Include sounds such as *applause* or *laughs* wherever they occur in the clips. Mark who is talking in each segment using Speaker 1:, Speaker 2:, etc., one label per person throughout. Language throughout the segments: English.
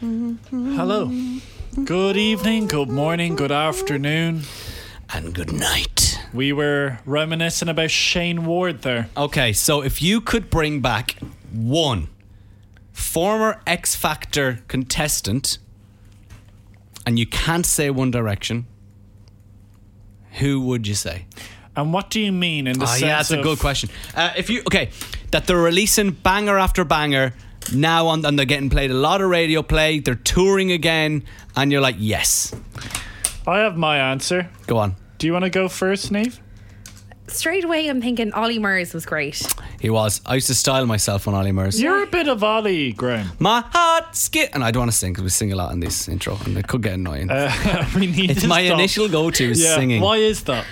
Speaker 1: Hello. Good evening, good morning, good afternoon.
Speaker 2: And good night.
Speaker 1: We were reminiscing about Shane Ward there.
Speaker 2: Okay, so if you could bring back one former X Factor contestant, and you can't say One Direction, who would you say?
Speaker 1: And what do you mean in the
Speaker 2: Ah,
Speaker 1: sense
Speaker 2: yeah, that's a
Speaker 1: of-
Speaker 2: good question. Uh, if you okay, that they're releasing banger after banger now, on, and they're getting played a lot of radio play. They're touring again, and you're like, yes,
Speaker 1: I have my answer.
Speaker 2: go on.
Speaker 1: Do you want to go first, Neve?
Speaker 3: Straight away, I'm thinking Ollie Murs was great.
Speaker 2: He was. I used to style myself on Ollie Murs.
Speaker 1: You're a bit of Ollie, Graham.
Speaker 2: My heart skip, and I don't want to sing because we sing a lot in this intro, and it could get annoying.
Speaker 1: *laughs* Uh, we need
Speaker 2: it's
Speaker 1: to
Speaker 2: my
Speaker 1: stop.
Speaker 2: initial go-to is
Speaker 1: yeah,
Speaker 2: singing.
Speaker 1: Why is that?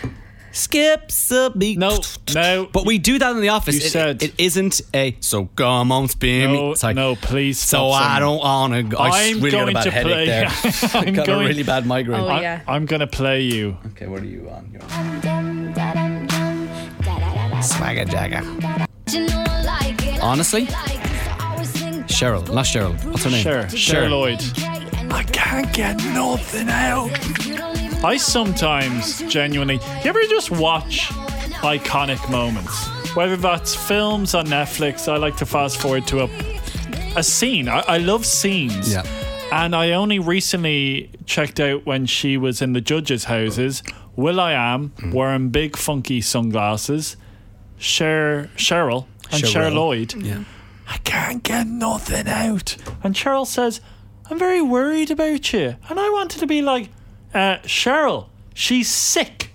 Speaker 2: Skips a beat.
Speaker 1: No, no.
Speaker 2: But we do that in the office.
Speaker 1: You
Speaker 2: It-
Speaker 1: said-
Speaker 2: it isn't a so come on, spin me.
Speaker 1: No,
Speaker 2: It's like,
Speaker 1: no, please
Speaker 2: So
Speaker 1: stop
Speaker 2: I
Speaker 1: singing.
Speaker 2: don't want to. go. I
Speaker 1: I'm
Speaker 2: really got
Speaker 1: going
Speaker 2: a bad
Speaker 1: to
Speaker 2: headache
Speaker 1: play- *laughs*
Speaker 2: there. *laughs*
Speaker 1: I'm
Speaker 2: got
Speaker 1: going-
Speaker 2: a really bad migraine.
Speaker 3: Oh,
Speaker 1: I,
Speaker 3: yeah.
Speaker 1: I'm going to play you.
Speaker 2: Okay, what are you on? You're on.
Speaker 4: Swag.
Speaker 2: Swagger Jagger. Honestly? Cheryl, not Cheryl. What's her name?
Speaker 1: Sure,
Speaker 2: Cheryl.
Speaker 1: Cheryl Lloyd.
Speaker 4: I can't get nothing out.
Speaker 1: I sometimes genuinely. You ever just watch iconic moments? Whether that's films on Netflix, I like to fast forward to a, a scene. I, I love scenes.
Speaker 2: Yeah.
Speaker 1: And I only recently checked out when she was in the judges' houses. Will I Am
Speaker 2: Mm-hmm.
Speaker 1: wearing big funky sunglasses. Cher, Cheryl and Cher
Speaker 2: Cheryl.
Speaker 1: Lloyd.
Speaker 2: Yeah.
Speaker 1: I can't get nothing out. And Cheryl says, I'm very worried about you. And I wanted to be like, uh, Cheryl, she's sick.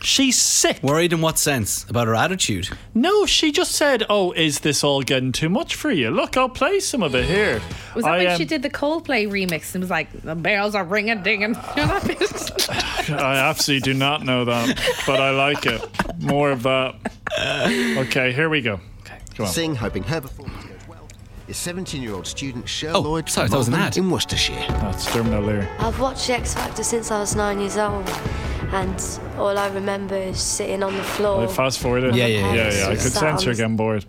Speaker 1: She's sick.
Speaker 2: Worried in what sense? About her attitude.
Speaker 1: No, she just said, Oh, is this all getting too much for you? Look, I'll play some of it here.
Speaker 3: Was that
Speaker 1: I,
Speaker 3: when
Speaker 1: um,
Speaker 3: she did the Coldplay remix and was like, the bells are ringing, dinging? *laughs* You know that bit?
Speaker 1: I absolutely do not know that, but I like it. More of that. Okay, here we go. Okay, go on.
Speaker 5: Sing, hoping her performance goes well, is 17 year old student Cheryl
Speaker 2: Oh,
Speaker 5: Lloyd
Speaker 2: sorry,
Speaker 5: from
Speaker 2: that was an
Speaker 5: Malvern
Speaker 2: ad.
Speaker 5: in Worcestershire.
Speaker 1: That's Dermot O'Leary.
Speaker 6: I've watched The X Factor since I was nine years old, and all I remember is sitting on the floor.
Speaker 1: I fast forwarded.
Speaker 2: Yeah, yeah, yeah.
Speaker 1: yeah. I could
Speaker 6: Sounds-
Speaker 1: sense you're getting bored.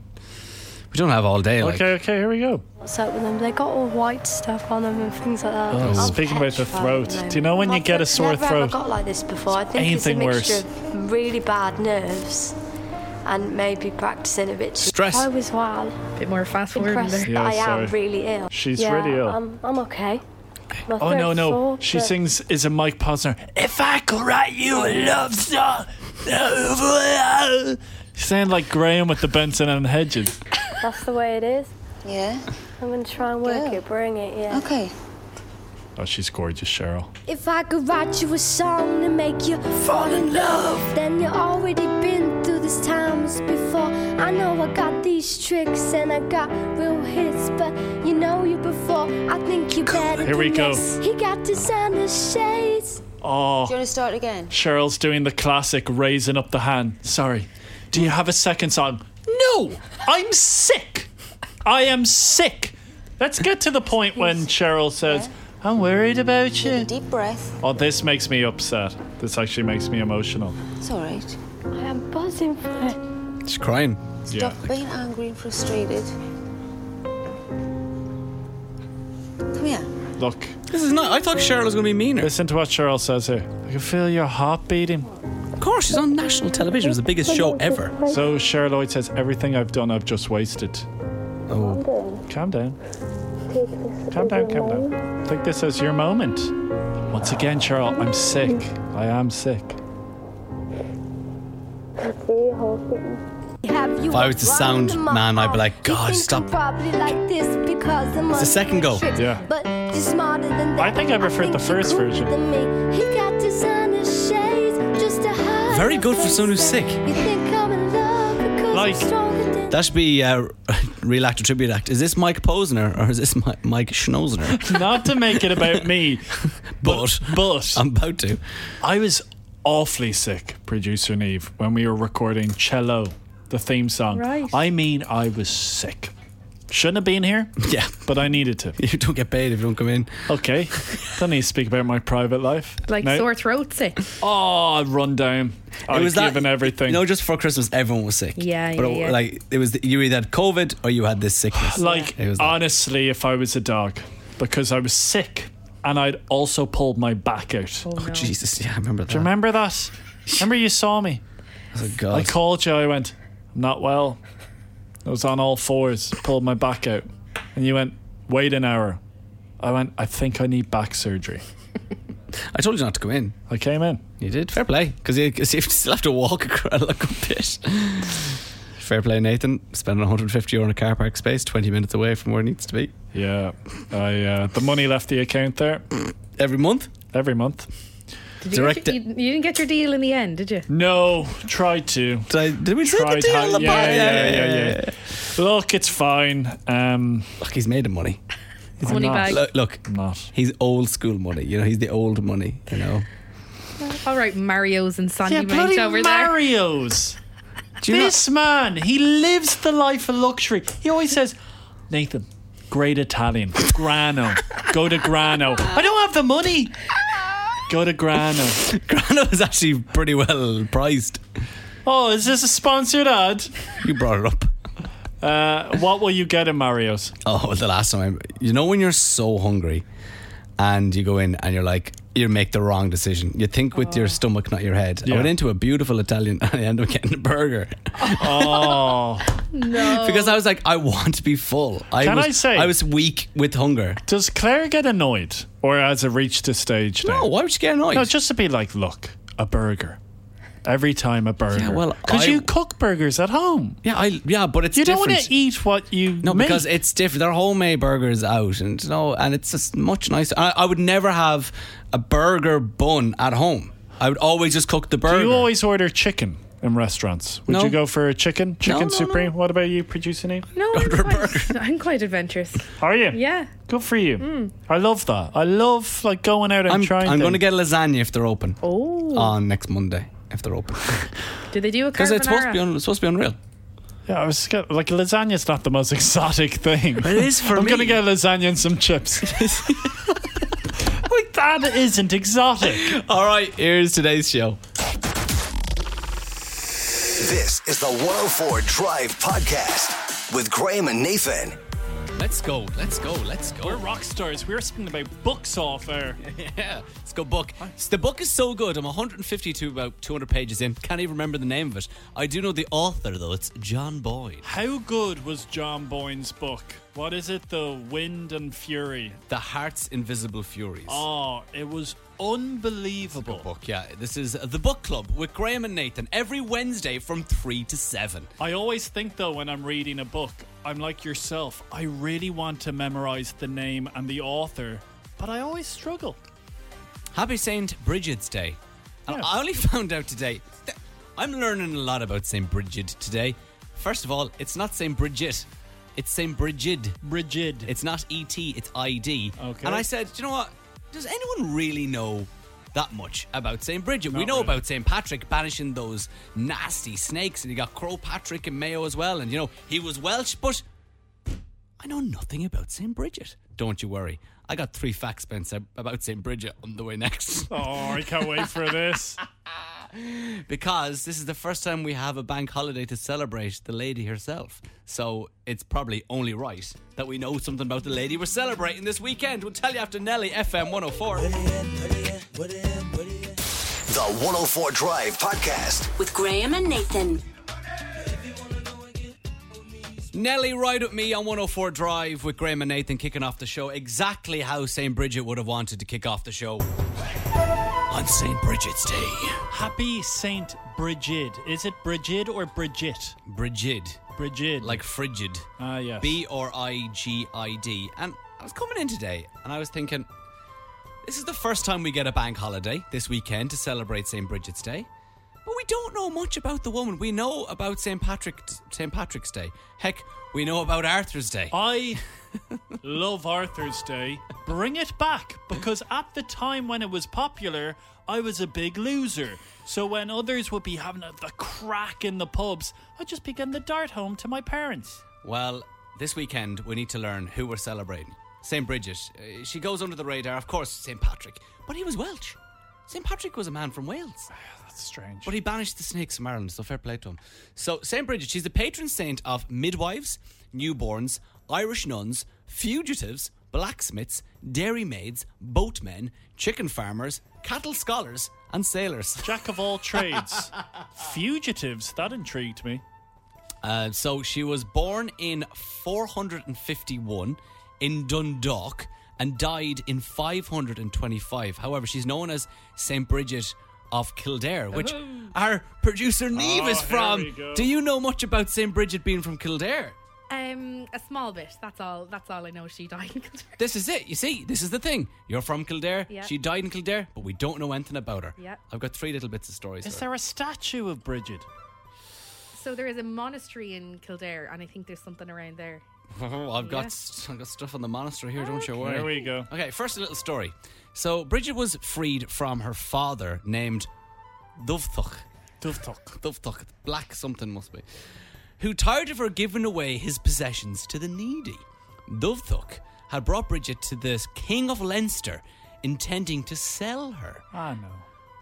Speaker 2: We don't have all day. Like,
Speaker 1: Okay, okay, here we go.
Speaker 6: What's up with them? They got all white stuff on them and things like that. I'm
Speaker 1: Oh, Speaking about the
Speaker 6: petrified
Speaker 1: throat,
Speaker 6: at the
Speaker 1: do you know when you
Speaker 6: moment.
Speaker 1: get a
Speaker 6: I've
Speaker 1: sore
Speaker 6: Oh. never
Speaker 1: throat?
Speaker 6: Ever got like this before. I think
Speaker 1: anything
Speaker 6: it's a
Speaker 1: worse.
Speaker 6: mixture of really bad nerves and maybe practicing a bit. too-
Speaker 2: Stress.
Speaker 6: I was well
Speaker 3: bit more fast forward in there.
Speaker 6: impressed that
Speaker 1: Yeah,
Speaker 6: I
Speaker 1: sorry.
Speaker 6: am really ill.
Speaker 1: She's
Speaker 6: yeah,
Speaker 1: really ill.
Speaker 6: I'm, I'm okay. My
Speaker 1: Oh no
Speaker 6: throat's
Speaker 1: no!
Speaker 6: sore,
Speaker 1: she
Speaker 6: but-
Speaker 1: sings is a Mike Posner. If I could write you a love song, you sound like Graham with the Benson and Hedges.
Speaker 6: That's the way it is.
Speaker 7: Yeah.
Speaker 6: I'm gonna try and work
Speaker 7: Yeah.
Speaker 6: it, bring it, yeah.
Speaker 7: Okay.
Speaker 1: Oh, she's gorgeous, Cheryl.
Speaker 8: If I could write you a song to make you fall in love, then you already been through this times before. I know I got these tricks and I got real hits, but you know you before. I think you better.
Speaker 1: Here we
Speaker 8: than
Speaker 1: go.
Speaker 8: this. He got designer shades.
Speaker 1: Oh,
Speaker 7: Do you want to start again?
Speaker 1: Cheryl's doing the classic raising up the hand. Sorry, do you have a second song? No, I'm sick. I am sick. Let's get to the point when Cheryl says, "I'm worried about you."
Speaker 7: Deep breath.
Speaker 1: Oh, this makes me upset. This actually makes me emotional.
Speaker 7: It's all right.
Speaker 8: I am buzzing for it.
Speaker 2: She's crying.
Speaker 1: Yeah.
Speaker 7: Stop being angry and frustrated. Come here.
Speaker 1: Look,
Speaker 2: This is not. I thought Cheryl was going to be meaner.
Speaker 1: listen to what Cheryl says here. I can feel your heart beating.
Speaker 2: Of course, she's on national television. It was the biggest show ever.
Speaker 1: So Cheryl Lloyd says, Everything I've done, I've just wasted. Calm down. Calm down, calm down. Take this as your moment. Once again, Cheryl, I'm sick. I am sick.
Speaker 8: Have you
Speaker 2: If I was the sound
Speaker 8: run them
Speaker 2: man, I'd be
Speaker 8: off?
Speaker 2: like,
Speaker 8: You
Speaker 2: "God,
Speaker 8: think
Speaker 2: stop."
Speaker 8: I'm Probably like this because I'm
Speaker 2: It's the second go.
Speaker 1: Yeah.
Speaker 8: But you're smarter than that.
Speaker 1: I think I preferred the
Speaker 8: you're
Speaker 1: first
Speaker 8: cooler
Speaker 1: version.
Speaker 8: than me. He got designer shades just to hide
Speaker 2: Very
Speaker 8: the
Speaker 2: good for
Speaker 8: face
Speaker 2: someone who's
Speaker 8: that
Speaker 2: sick.
Speaker 8: You think I'm in love because
Speaker 1: Like-
Speaker 8: I'm stronger than
Speaker 2: That should be uh, *laughs* real act or tribute act. Is this Mike Posner or is this Mi- Mike Schnosner?
Speaker 1: Not to make it about
Speaker 2: *laughs*
Speaker 1: me,
Speaker 2: but
Speaker 1: but
Speaker 2: I'm about to.
Speaker 1: I was awfully sick, producer Neve, when we were recording Cello, the theme song.
Speaker 3: Right.
Speaker 1: I mean, I was sick. Shouldn't have been here,
Speaker 2: *laughs* Yeah,
Speaker 1: but I needed to.
Speaker 2: you don't get paid if you don't come in. *laughs*
Speaker 1: Okay. Don't need to speak about my private life.
Speaker 3: Like
Speaker 1: No.
Speaker 3: sore throat sick.
Speaker 1: Oh, I'd run down. I've given everything.
Speaker 2: You know, just for Christmas, everyone was sick.
Speaker 3: Yeah,
Speaker 2: but uh,
Speaker 3: yeah,
Speaker 2: it-
Speaker 3: yeah.
Speaker 2: Like it was, you either had COVID or you had this
Speaker 1: *sighs*
Speaker 2: sickness.
Speaker 1: like
Speaker 2: It was that.
Speaker 1: honestly, if I was a dog, because I was sick and I'd also pulled my back out.
Speaker 2: Oh, Jesus. Yeah, I remember that.
Speaker 1: Remember
Speaker 2: *laughs*
Speaker 1: that? Remember you saw me? uh,
Speaker 2: Oh, God.
Speaker 1: I called you. I went, "I'm not well. I was on all fours, pulled my back out. And you went, wait an hour. I went, I think I need back surgery.
Speaker 2: *laughs* I told you not to come in.
Speaker 1: I came in.
Speaker 2: You did. Fair play. Because you, 'cause you *laughs* still have to walk across like a bit. Fair play, Nathan. Spending 150 euro on a car park space 20 minutes away from where it needs to be.
Speaker 1: Yeah. I uh, The money left the account there
Speaker 2: *clears throat* Every month.
Speaker 1: every month.
Speaker 3: Did you, get
Speaker 2: Direct-
Speaker 3: your, you, you didn't get your deal in the end, did you?
Speaker 1: No, tried to.
Speaker 2: Did, I, did we try
Speaker 1: Tried
Speaker 2: to deal
Speaker 1: hard-
Speaker 2: the
Speaker 1: yeah,
Speaker 2: bar?
Speaker 1: yeah, yeah, yeah. Look, it's fine. Um,
Speaker 2: Look, he's made of money.
Speaker 1: I'm
Speaker 3: Money
Speaker 1: not-
Speaker 3: bag.
Speaker 2: Look, look,
Speaker 1: I'm not.
Speaker 2: he's old school money. You know, he's the old money. You know.
Speaker 3: All right, Mario's and Sandy
Speaker 1: Yeah,
Speaker 3: Mount
Speaker 1: bloody
Speaker 3: over there. *laughs*
Speaker 1: Mario's. this man, he lives the life of luxury. He always says, Nathan, great Italian, Grano, go to Grano. I don't have the money. Go to Grano.
Speaker 2: *laughs* Grano is actually pretty well priced.
Speaker 1: Oh, is this a sponsored
Speaker 2: *laughs*
Speaker 1: ad?
Speaker 2: You brought it up.
Speaker 1: Uh, what will you get in Mario's?
Speaker 2: Oh, well, the last time. I, you know when you're so hungry and you go in and you're like, you make the wrong decision. You think with your stomach, not your head. I
Speaker 1: Oh. Yeah.
Speaker 2: went into a beautiful Italian *laughs* and I ended up getting a burger
Speaker 1: Oh,
Speaker 2: *laughs* because I was like, I want to be full. I
Speaker 1: Can
Speaker 2: was,
Speaker 1: I say-
Speaker 2: I was weak with hunger.
Speaker 1: does Claire get annoyed, or has it reached a stage now?
Speaker 2: No, why would you get annoyed?
Speaker 1: No, just to be like, look, a burger. Every time a burger.
Speaker 2: Yeah, well,
Speaker 1: because
Speaker 2: I-
Speaker 1: you cook burgers at home.
Speaker 2: yeah, I, yeah, but it's
Speaker 1: You don't
Speaker 2: different.
Speaker 1: want to eat what you
Speaker 2: No,
Speaker 1: make.
Speaker 2: because it's different. They're homemade burgers out, and you know, and it's just much nicer. I, I would never have a burger bun at home. I would always just cook the burger.
Speaker 1: Do you always order chicken in restaurants? Would
Speaker 2: No.
Speaker 1: you go for a chicken? Chicken
Speaker 2: no, no.
Speaker 1: supreme? What about you, producer Neve?
Speaker 3: No, I'm quite, *laughs* I'm quite adventurous.
Speaker 1: Are you?
Speaker 3: Yeah. Mm.
Speaker 1: Good for you. I love that. I love like going out and
Speaker 2: I'm,
Speaker 1: trying.
Speaker 2: I'm
Speaker 1: going
Speaker 2: going to get lasagna if they're open
Speaker 3: Oh,
Speaker 2: on next Monday if they're open
Speaker 3: do they do a
Speaker 2: because
Speaker 3: carbonara?
Speaker 2: it's supposed to be un- it's supposed to be unreal.
Speaker 1: Yeah, I was scared. like lasagna's not the most *laughs* exotic thing. It
Speaker 2: is for
Speaker 1: I'm
Speaker 2: me.
Speaker 1: gonna get lasagna and some
Speaker 2: *laughs*
Speaker 1: chips. like that isn't exotic.
Speaker 2: All right, here's today's show.
Speaker 4: This is the 104 Drive Podcast with Graham and Nathan.
Speaker 2: Let's go, let's go, let's
Speaker 1: We're
Speaker 2: go.
Speaker 1: rock stars. We're speaking about books off air.
Speaker 2: *laughs* Yeah, let's go book. The book is so good. I'm 152 about 200 pages in. Can't even remember the name of it. I do know the author though. It's John Boyd.
Speaker 1: How good was John Boyne's book? What is it? The Wind and Fury.
Speaker 2: The Heart's Invisible Furies.
Speaker 1: Oh, it was unbelievable.
Speaker 2: book. Yeah, this is the book club with Graham and Nathan every Wednesday from three to seven.
Speaker 1: I always think though when I'm reading a book, I'm like yourself. I really want to memorize the name and the author, but I always struggle.
Speaker 2: Happy Saint Bridget's Day. And
Speaker 1: Yeah.
Speaker 2: I only *laughs* found out today. That I'm learning a lot about Saint Bridget today. First of all, it's not Saint Bridget. It's Saint Brigid.
Speaker 1: Rigid.
Speaker 2: It's not ET. It's ID.
Speaker 1: Okay.
Speaker 2: And I said, "Do you know what? Does anyone really know? That much about St. Bridget. we
Speaker 1: Not
Speaker 2: know
Speaker 1: really.
Speaker 2: about St. Patrick banishing those nasty snakes, and you got Crow Patrick and Mayo as well. And you know, he was Welsh, but I know nothing about St. Bridget. Don't you worry. I got three facts, Spencer, about St. Bridget on the way next.
Speaker 1: *laughs* oh, I can't wait for this.
Speaker 2: *laughs* because this is the first time we have a bank holiday to celebrate the lady herself. So it's probably only right that we know something about the lady we're celebrating this weekend. We'll tell you after Nelly FM 104.
Speaker 4: The 104 Drive Podcast.
Speaker 9: With Graham and Nathan.
Speaker 2: Nelly Ride With Me on 104 Drive with Graham and Nathan kicking off the show exactly how St. Bridget would have wanted to kick off the show on St. Bridget's Day.
Speaker 1: Happy Saint Brigid. Is it Brigid or Bridget?
Speaker 2: Brigid,
Speaker 1: Brigid.
Speaker 2: like frigid.
Speaker 1: ah yes.
Speaker 2: B R I G I D. And I was coming in today and I was thinking, this is the first time we get a bank holiday this weekend to celebrate St. Bridget's Day. But we don't know much about the woman. We know about St. Patrick, St. Patrick's Day. Heck, we know about Arthur's Day.
Speaker 1: I love Arthur's Day. Bring it back because at the time when it was popular, I was a big loser. So when others would be having a, the crack in the pubs, I'd just be getting the dart home to my parents.
Speaker 2: Well, this weekend we need to learn who we're celebrating. St. Bridget. Uh, she goes under the radar, of course, St. Patrick. But he was Welsh. St. Patrick was a man from Wales.
Speaker 1: Ah, That's strange.
Speaker 2: But he banished the snakes from Ireland, so fair play to him. So, St. Bridget, she's the patron saint of midwives, newborns, Irish nuns, fugitives, blacksmiths, dairy maids, boatmen, chicken farmers, cattle scholars, and sailors.
Speaker 1: Jack of all
Speaker 2: *laughs*
Speaker 8: *laughs*
Speaker 1: trades. Fugitives. That intrigued me.
Speaker 2: Uh, so she was born in 451 in Dundalk and died in 525. However, she's known as St. Bridget of Kildare, which our producer Neve
Speaker 1: Oh,
Speaker 2: is
Speaker 1: here we
Speaker 2: from.
Speaker 1: go.
Speaker 2: Do you know much about St. Bridget being from Kildare?
Speaker 3: Um, a small bit. That's all. That's all I know. She died. in Kildare.
Speaker 2: This is it. You see, this is the thing. You're from Kildare.
Speaker 3: Yeah.
Speaker 2: She died in Kildare, but we don't know anything about her.
Speaker 3: Yeah.
Speaker 2: I've got three little bits of stories.
Speaker 1: Is
Speaker 2: about her.
Speaker 1: there a statue of Bridget?
Speaker 3: so there is a monastery in Kildare, and I think there's something around there.
Speaker 2: *laughs* I've got
Speaker 3: Yeah.
Speaker 2: st- I've got stuff on the monastery here. Don't you worry.
Speaker 1: There we go.
Speaker 2: Okay, first a little story. So Bridget was freed from her father named Dovthuk.
Speaker 1: Dovethuk.
Speaker 2: Dovthuk, black something must be. Who tired of her giving away his possessions to the needy. Dovthuk had brought Bridget to the King of Leinster, intending to sell her.
Speaker 1: Ah, no.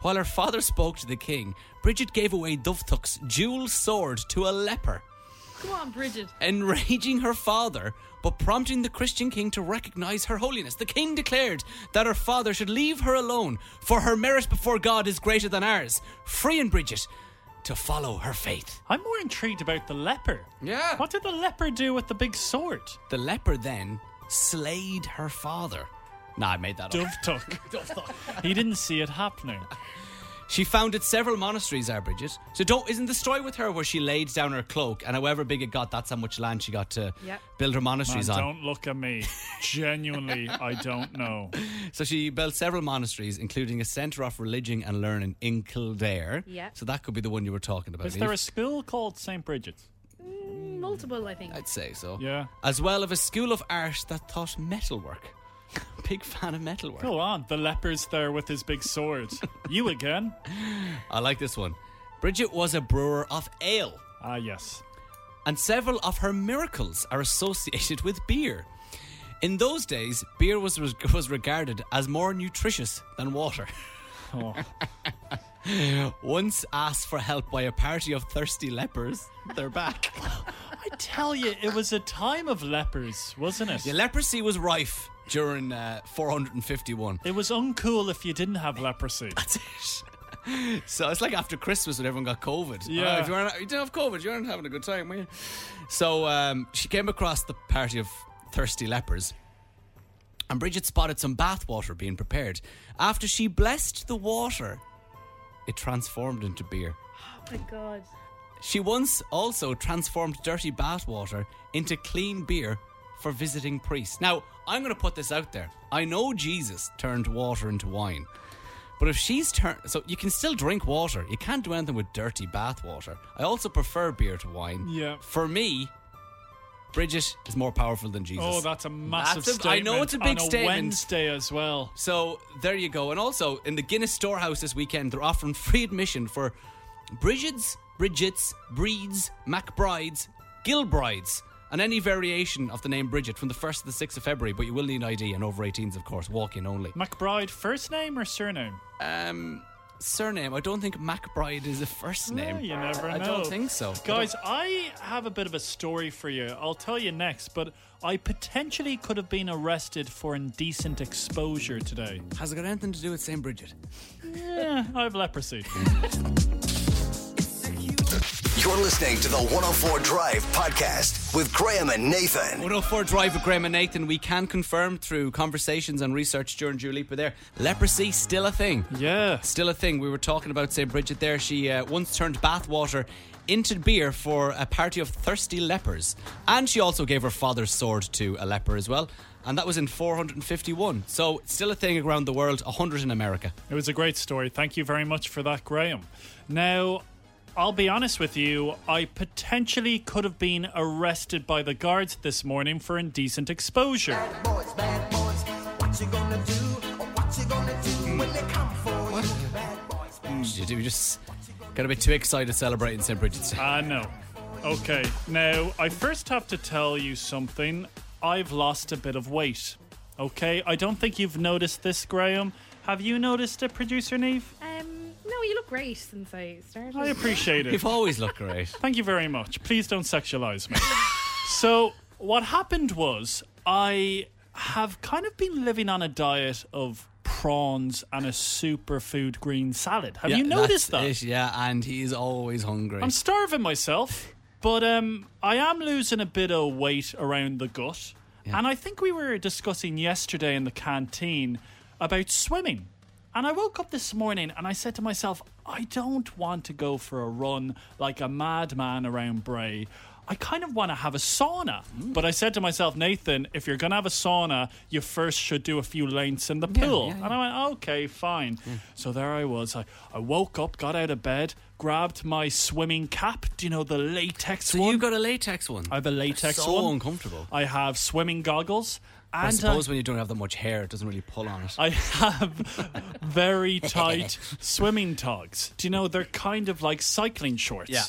Speaker 2: While her father spoke to the king, Bridget gave away Dovthuk's jewel sword to a leper
Speaker 3: Come on, Bridget.
Speaker 2: enraging her father, but prompting the Christian king to recognize her holiness. The king declared that her father should leave her alone, for her merit before God is greater than ours, freeing Bridget to follow her faith.
Speaker 1: I'm more intrigued about the leper.
Speaker 2: Yeah.
Speaker 1: What did the leper do with the big sword?
Speaker 2: The leper then slayed her father. Nah, I made that up. *laughs*
Speaker 1: Dovethuk. *laughs* he didn't see it happening.
Speaker 2: She founded several monasteries, our Bridget. So don't isn't the story with her where she laid down her cloak and however big it got, that's how much land she got to
Speaker 3: Yep.
Speaker 2: build her
Speaker 1: Man,
Speaker 2: monasteries on.
Speaker 1: don't look at me. Genuinely, I don't know.
Speaker 2: *laughs* So she built several monasteries, including a centre of religion and learning in Kildare.
Speaker 3: Yeah.
Speaker 2: So that could be the one you were talking about.
Speaker 1: Is there a
Speaker 2: Niamh.
Speaker 1: school called St. Bridget's?
Speaker 3: Multiple, I think.
Speaker 2: I'd say so.
Speaker 1: Yeah.
Speaker 2: As well of a school of art that taught metalwork. Big fan of metalwork.
Speaker 1: Go on. The leper's there with his big sword. You
Speaker 2: *laughs*
Speaker 1: again?
Speaker 2: I like this one. Bridget was a brewer of ale,
Speaker 1: Ah, yes.
Speaker 2: and several of her miracles are associated with beer. In those days, beer was, was, was regarded as more nutritious than water. *laughs*
Speaker 1: Oh.
Speaker 2: Once asked for help by a party of thirsty lepers, they're back.
Speaker 1: *laughs* I tell you, it was a time of lepers, wasn't it?
Speaker 2: Yeah, leprosy was rife during uh, 451.
Speaker 1: it was uncool if you didn't have leprosy.
Speaker 2: *laughs* So it's like after Christmas when everyone got COVID.
Speaker 1: Yeah.
Speaker 2: Oh, if you, weren't, you didn't have COVID, you weren't having a good time, were you? So um, she came across the party of thirsty lepers. And Bridget spotted some bathwater being prepared. After she blessed the water, it transformed into beer.
Speaker 3: Oh my god.
Speaker 2: She once also transformed dirty bathwater into clean beer for visiting priests. Now, I'm going to put this out there. I know Jesus turned water into wine. But if she's turned. So you can still drink water. You can't do anything with dirty bathwater. I also prefer beer to wine.
Speaker 1: Yeah.
Speaker 2: For me, Bridget is more powerful than Jesus.
Speaker 1: Oh, that's a massive
Speaker 2: That's a- I
Speaker 1: statement.
Speaker 2: know it's a big
Speaker 1: on a
Speaker 2: statement.
Speaker 1: Wednesday as well.
Speaker 2: So there you go. And also in the Guinness Storehouse this weekend, they're offering free admission for Bridget's, Bridget's, Breeds, MacBrides, Gilbrides, and any variation of the name Bridget from the 1st to the 6th of February. But you will need ID and over 18s, of course, walk in only.
Speaker 1: McBride, first name or surname?
Speaker 2: Um, surname, I don't think MacBride is a first name.
Speaker 1: Yeah, you never know.
Speaker 2: I don't think so.
Speaker 1: Guys, I have a bit of a story for you. I'll tell you next, but I potentially could have been arrested for indecent exposure today.
Speaker 2: Has it got anything to do with St. Bridget?
Speaker 1: Yeah, I have
Speaker 2: *laughs*
Speaker 1: leprosy.
Speaker 4: You're listening to the 104 Drive Podcast with Graham and Nathan.
Speaker 2: 104 Drive with Graham and Nathan. We can confirm through conversations and research during Julepa there, leprosy still a thing.
Speaker 1: Yeah.
Speaker 2: Still a thing. We were talking about St. Bridget there. She uh, once turned bathwater into beer for a party of thirsty lepers. And she also gave her father's sword to a leper as well. And that was in 451. So, it's still a thing around the world, 100 in America.
Speaker 1: It was a great story. Thank you very much for that, Graham. Now, I'll be honest with you, I potentially could have been arrested by the guards this morning for indecent exposure.
Speaker 9: boys, bad boys. What you gonna do? Or what you gonna do when they come for you? Bad boys, bad
Speaker 2: You do- you just got a bit too excited celebrating St. Bridget's Day.
Speaker 1: Ah, no. Okay, now I first have to tell you something. I've lost a bit of weight. Okay, I don't think you've noticed this, Graham. Have you noticed it, producer Neve?
Speaker 3: Um, no, you look great since I started.
Speaker 1: I appreciate it.
Speaker 2: You've always looked great.
Speaker 1: Thank you very
Speaker 2: *laughs*
Speaker 1: much. Please don't sexualize me. so, what happened was I have kind of been living on a diet of prawns and a superfood green salad. Have
Speaker 2: Yeah,
Speaker 1: you noticed that?
Speaker 2: that's it, yeah, and he's always hungry.
Speaker 1: I'm starving myself, but um, I am losing a bit of weight around the gut. And I think we were discussing yesterday in the canteen about swimming. And I woke up this morning and I said to myself, I don't want to go for a run like a madman around Bray. I kind of want to have a sauna. But I said to myself, Nathan, if you're going to have a sauna, you first should do a few lengths in the pool. And I went, okay, fine. So there I was. I, I woke up, got out of bed, grabbed my swimming cap. Do you know the latex
Speaker 2: so
Speaker 1: one?
Speaker 2: you've got a latex one.
Speaker 1: I have a latex
Speaker 2: so
Speaker 1: one.
Speaker 2: uncomfortable.
Speaker 1: I have swimming goggles. And
Speaker 2: I suppose
Speaker 1: uh, *laughs*
Speaker 2: when you don't have that much hair, it doesn't really pull on it.
Speaker 1: I have very tight swimming togs. Do you know they're kind of like cycling shorts?
Speaker 2: Yeah.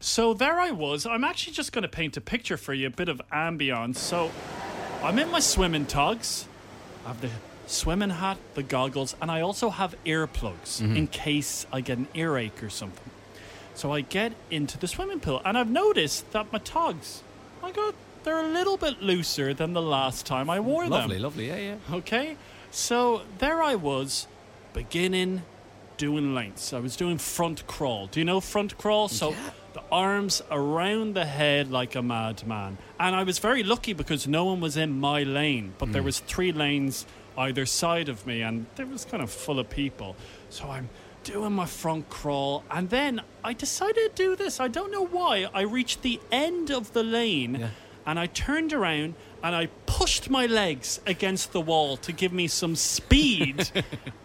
Speaker 1: So there I was. I'm actually just going to paint a picture for you, a bit of ambience. So I'm in my swimming togs. I have the swimming hat, the goggles, and I also have earplugs
Speaker 2: Mm-hmm.
Speaker 1: in case I get an earache or something. So I get into the swimming pool, and I've noticed that my togs, my God, they're a little bit looser than the last time I wore them.
Speaker 2: lovely, lovely, yeah, yeah.
Speaker 1: Okay, so there I was, beginning doing lengths. I was doing front crawl. Do you know front crawl? So the arms around the head like a madman. And I was very lucky because no one was in my lane, but there was three lanes either side of me, and it was kind of full of people. So I'm doing my front crawl, and then I decided to do this. I don't know why. I reached the end of the lane and I turned around and I pushed my legs against the wall to give me some speed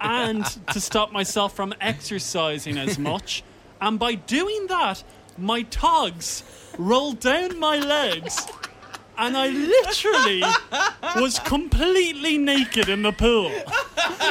Speaker 1: and to stop myself from exercising as much. And by doing that, my togs rolled down my legs and I literally was completely naked in the pool. *laughs*